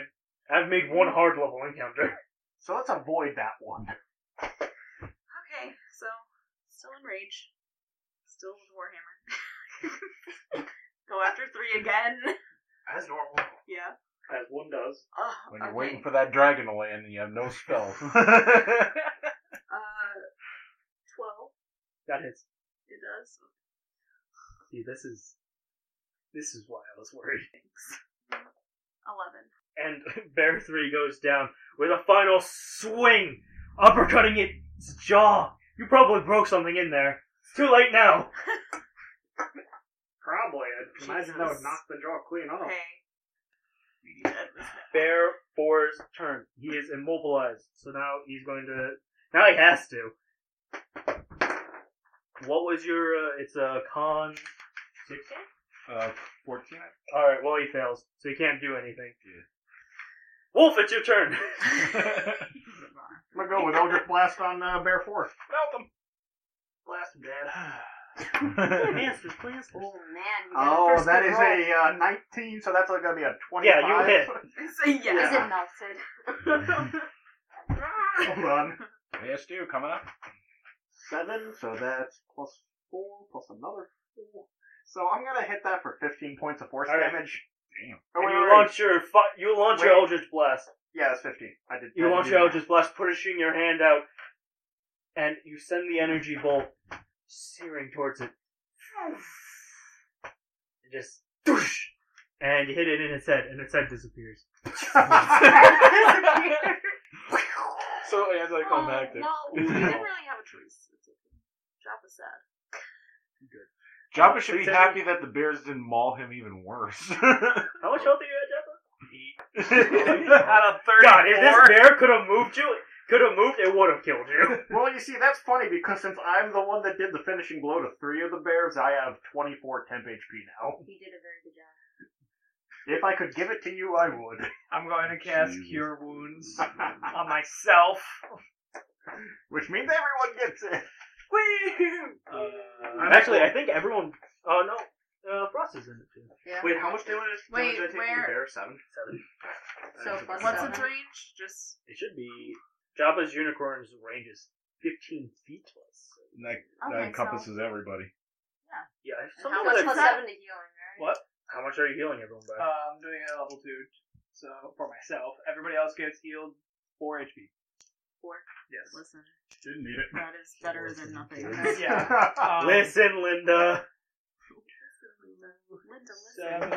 A: I've made one hard level encounter.
G: So let's avoid that one.
I: Okay. So still in rage. Still with warhammer. Go after three again.
G: As normal.
I: Yeah.
A: As one does.
I: Oh,
K: When you're
I: okay.
K: waiting for that dragon to land and you have no spells.
I: Uh, twelve.
A: That hits.
I: It does.
A: See, this is this is why I was worried.
I: Eleven.
A: And Bear Three goes down with a final swing, uppercutting its jaw. You probably broke something in there. It's too late now.
G: Probably. I'd imagine that would
I: Jesus.
G: knock the jaw clean off.
I: Okay.
A: Bear Four's turn. He is immobilized, so now he's going to. Now he has to. What was your? Uh, it's a con. Sixteen.
K: Uh, 14?
A: All right. Well, he fails, so he can't do anything. Wolf, it's your turn.
G: I'm gonna go with Eldritch Blast on uh, Bear Force. Blast him dead.
A: Answers, please.
C: oh man. You got a
G: Oh,
C: first
G: that
C: good
G: is
C: roll.
G: a uh, 19, so that's only gonna be a 25.
A: Yeah, you hit.
I: So yes.
C: Is it melted?
G: Hold on.
K: Yes, do. Coming up.
G: Seven, so that's plus four, plus another four. So I'm gonna hit that for 15 points of force
A: All right.
G: damage.
K: Damn.
G: Oh,
A: And
G: wait,
A: you
G: wait, wait.
A: launch your fi- you launch your
G: Wait.
A: Eldritch Blast.
G: Yeah, that's 15. I did. I
A: You
G: did
A: launch
G: do
A: your
G: that.
A: Eldritch Blast, pushing your hand out, and you send the energy bolt searing towards it. It just doosh, and you hit it in its head, and its head disappears.
K: So as I
G: "Oh,
K: come back to
I: Oh, no, we didn't really have a choice. It's okay. Drop us out.
K: Joppa should be happy that the bears didn't maul him even worse.
A: How much health are you at, Jeffa?
H: Out of thirty-four.
A: God, if this bear could have moved you, could have moved, it would have killed you.
G: Well, you see, that's funny because since I'm the one that did the finishing blow to three of the bears, I have 24 temp HP now.
C: He did a very good job.
G: If I could give it to you, I would.
H: I'm going to cast
K: Jesus.
H: Cure Wounds on myself.
G: Which means everyone gets it.
H: Uh,
A: Actually, I think everyone. Oh no, uh, Frost is in it too.
C: Yeah.
G: Wait, how much damage
I: Wait,
G: damage did I take
I: where-
G: from the bear? Seven.
A: Seven.
C: So plus
I: What's
C: seven.
I: its range? Just
A: It should be. Jabba's unicorn's range is fifteen feet plus.
K: that, that
I: okay,
K: encompasses everybody.
A: Yeah,
C: And
A: something
C: How much
A: like
C: plus
A: that.
C: seven to healing, right?
A: What? How much are you healing everyone
E: Uh,
A: by?
E: I'm doing it at level two, so for myself. Everybody else gets healed four HP.
I: Four.
E: Yes.
I: listen.
K: Didn't need it.
I: That is better than nothing.
E: Yeah. Um,
A: Listen, Linda.
I: Linda, listen.
E: Seven.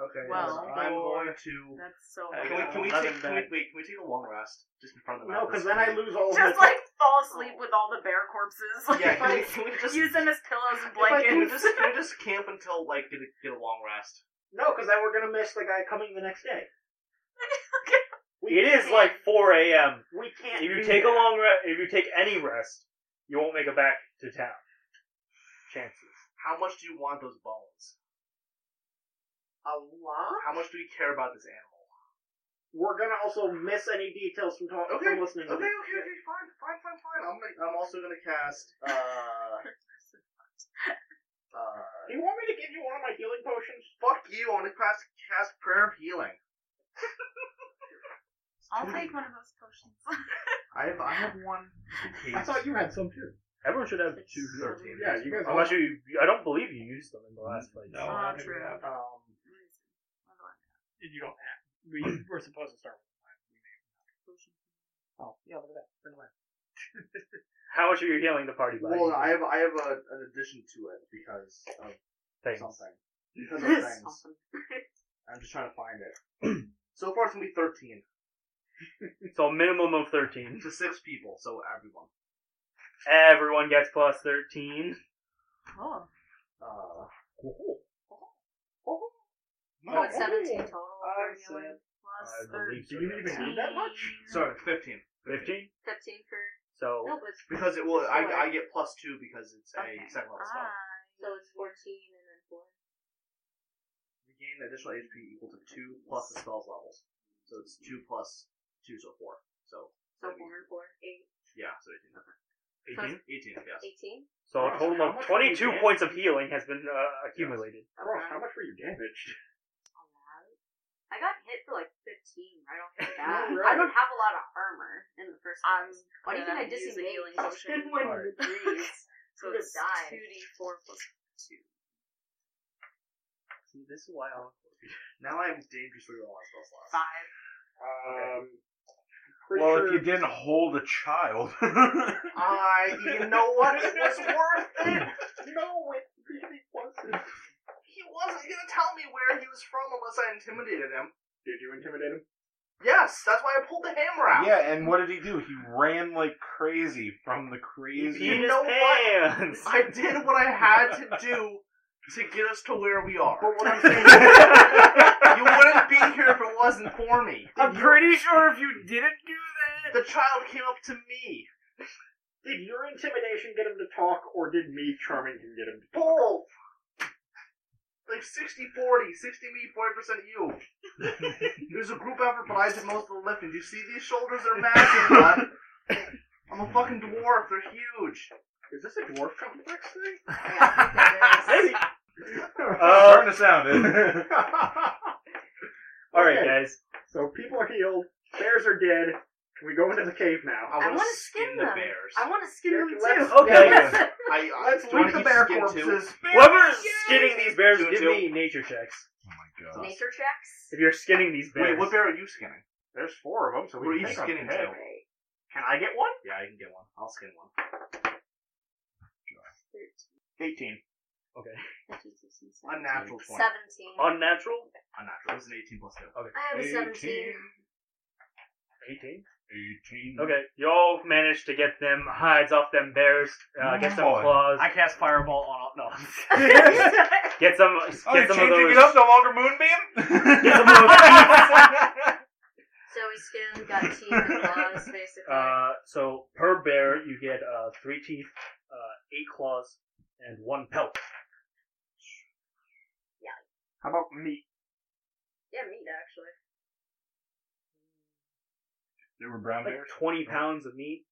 G: Okay.
I: Well,
E: I'm
H: four.
E: going to.
I: That's so.
E: Uh,
H: Can we, can we
E: Eleven
H: take, can we,
E: back.
H: wait, can we take a long rest just in front of the
G: No,
H: map?
G: because then I lose all
I: Just
G: my.
I: like fall asleep with all the bear corpses. Like,
H: Yeah, can we,
I: like,
H: can we just
I: use them as pillows and
H: like, can we
I: blankets.
H: just can we just camp until like get a, get a long rest?
G: No, because then we're gonna miss the guy coming the next day. We
A: It is
G: can't-
A: like 4 a.m.
G: we
A: If
G: can't.
A: you
G: do
A: take a
G: that.
A: long rest, if you take any rest, you won't make it back to town. Chances.
H: How much do you want those bones?
G: a lot,
H: How much do you care about this animal?
G: we're gonna also miss any details from talking
H: Okay,
G: from listening. to this.
H: fine, fine, fine, fine. I'm gonna, I'm also gonna cast. Uh, uh,
G: Do you want me to give you one of my healing potions?
H: fuck you! I'm gonna cast cast prayer of healing.
I: I'll take one of those potions.
G: I have, I have one. I thought you had some too.
A: Everyone should have two.
G: Yeah, you guys.
A: Unless you, I don't believe you used them in the last fight.
I: Oh, Ah, true.
G: Um,
I: What is it?
E: if you don't act. We were supposed to start with a line. We may have not. Oh, yeah, look at that. Turn around.
A: How much are you healing the party by?
G: Well, I have I have a, an addition to it because of
A: Thanks.
G: something. Because of things. I'm just trying to find it. so far, it's gonna be thirteen
A: So a minimum of 13.
G: to six people, so everyone.
A: Everyone gets plus 13.
I: Oh.
G: Uh,
I: Oh,
C: So Oh, it's 17 total
G: I
C: for healing. Plus
A: I believe so,
G: do you even have that much?
C: 13.
G: Sorry, fifteen.
A: 15?
C: 15 for.
I: Oh.
A: So
E: Oh,
C: No, but it's,
G: Because it will, I, I get plus two because it's
I: Okay.
G: a second level spell.
I: Ah,
C: so it's 14 and then 4.
G: Regain additional HP equal to two plus the spell's levels. So it's two plus two, so four. So
C: So 4 and 4. 8.
G: yeah, so eighteen.
C: Plus-
G: Eighteen, yes.
C: 18?
A: so a
G: Gosh,
A: total
G: how
A: of
G: much
A: 22
G: are you
A: points of healing has been uh, accumulated.
G: Bro, how much were you damaged?
C: I got hit for like 15 right off the bat.
G: bat.
C: I don't have a lot of armor in the first
I: I'm
C: place. Why do you think I
I: gonna use a
C: disengage
I: healing potion.
C: when
B: Alright.
C: you breathe?
I: So
C: Would've
I: it's
C: died.
I: two D four plus two.
E: See, this is why I don't.
G: Now I'm dangerously low on spell slots.
I: Five.
G: Um,
B: Well, if you didn't hold a child,
G: I, you know what? It was worth it. No, it really wasn't. He wasn't gonna tell me where he was from unless I intimidated him. Did you intimidate him? Yes, that's why I pulled the hammer out.
B: yeah. And what did he do? He ran like crazy from the crazy.
A: He
G: You
A: in his
G: know what?
A: pants!
G: I did what I had to do to get us to where we are. But what I'm saying you wouldn't be here if it wasn't for me.
A: I'm pretty sure if you didn't do that.
G: The child came up to me.
N: Did your intimidation get him to talk, or did me charming him get him to talk?
G: Both. Like 60 40, 60 me, 40% you. it was a group effort, but I did most of the lifting. Do you see these shoulders? They're massive, bud. I'm a fucking dwarf. They're huge.
N: Is this a dwarf complex thing?
A: Maybe.
B: Turn the Oh, sound Oh in.
A: All right,
N: Okay.
A: guys.
N: so people are healed, bears are dead. Can we go into the cave now?
G: wanna
I: I wanna skin them.
G: bears.
I: I want to skin them
N: Let's-
I: too.
A: Okay.
G: I, I,
N: Let's
G: do you wanna
N: leave the
G: keep
N: bear
G: skin too?
N: corpses.
A: Whoever's skinning these bears,
G: Do it
A: give
G: too.
A: me nature checks.
B: oh my god.
C: Nature checks?
A: If you're skinning these bears.
G: Wait, what bear are you skinning?
N: There's four of them, so
G: We're
N: we can
G: each
N: pick on
G: skinning
N: the head.
G: two.
C: Right.
N: Can I get one?
G: Yeah, I can get one. I'll skin one.
N: 18.
A: Okay.
C: 13, 15, 16, 17.
G: Unnatural 20.
C: 17.
A: Unnatural?
G: Unnatural. Oh, It was an 18 plus 2.
C: I have a 17.
A: 18.
B: 18.
A: Okay, y'all managed to get them hides off them bears, uh, get some
B: Boy.
A: claws, Oh,
E: I cast fireball on all. No.
A: get some,
B: Oh,
A: get
B: you're
A: some of
B: changing
A: those,
B: it up, no longer moonbeam?
A: get some of those teeth.
C: So we skinned, got teeth and claws, basically.
A: Uh, so per bear, you get uh, three teeth, uh, eight claws, and one pelt.
N: How about meat?
C: yeah, meat, actually.
B: They were brown
A: Like
B: bears.
A: twenty pounds of meat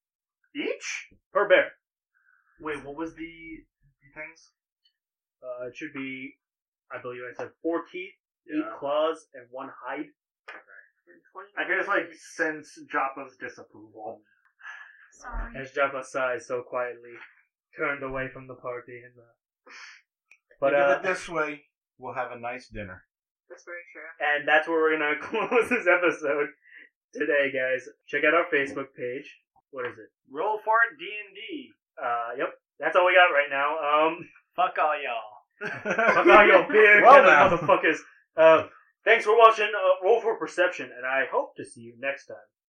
N: Each?
A: per bear.
G: Wait, what was the, the things?
A: Uh, it should be, I believe I said four teeth,
G: Yeah.
A: eight claws, and one hide.
C: And 20
N: I can just like sense Joppa's disapproval.
I: Sorry.
A: As Jaffa sighed so quietly, turned away from the party and. Uh, but
B: If you
A: uh,
B: did it this way, we'll have a nice dinner.
C: That's very true.
A: And that's where we're gonna close this episode today, guys. Check out our Facebook page. What is it?
E: Roll for it, D and D.
A: Uh, yep, that's all we got right now. Um,
E: Fuck all y'all.
A: fuck all your beer
B: Well,
A: killing
B: now.
A: motherfuckers. Uh, thanks for watching. Uh, roll for perception, and I hope to see you next time.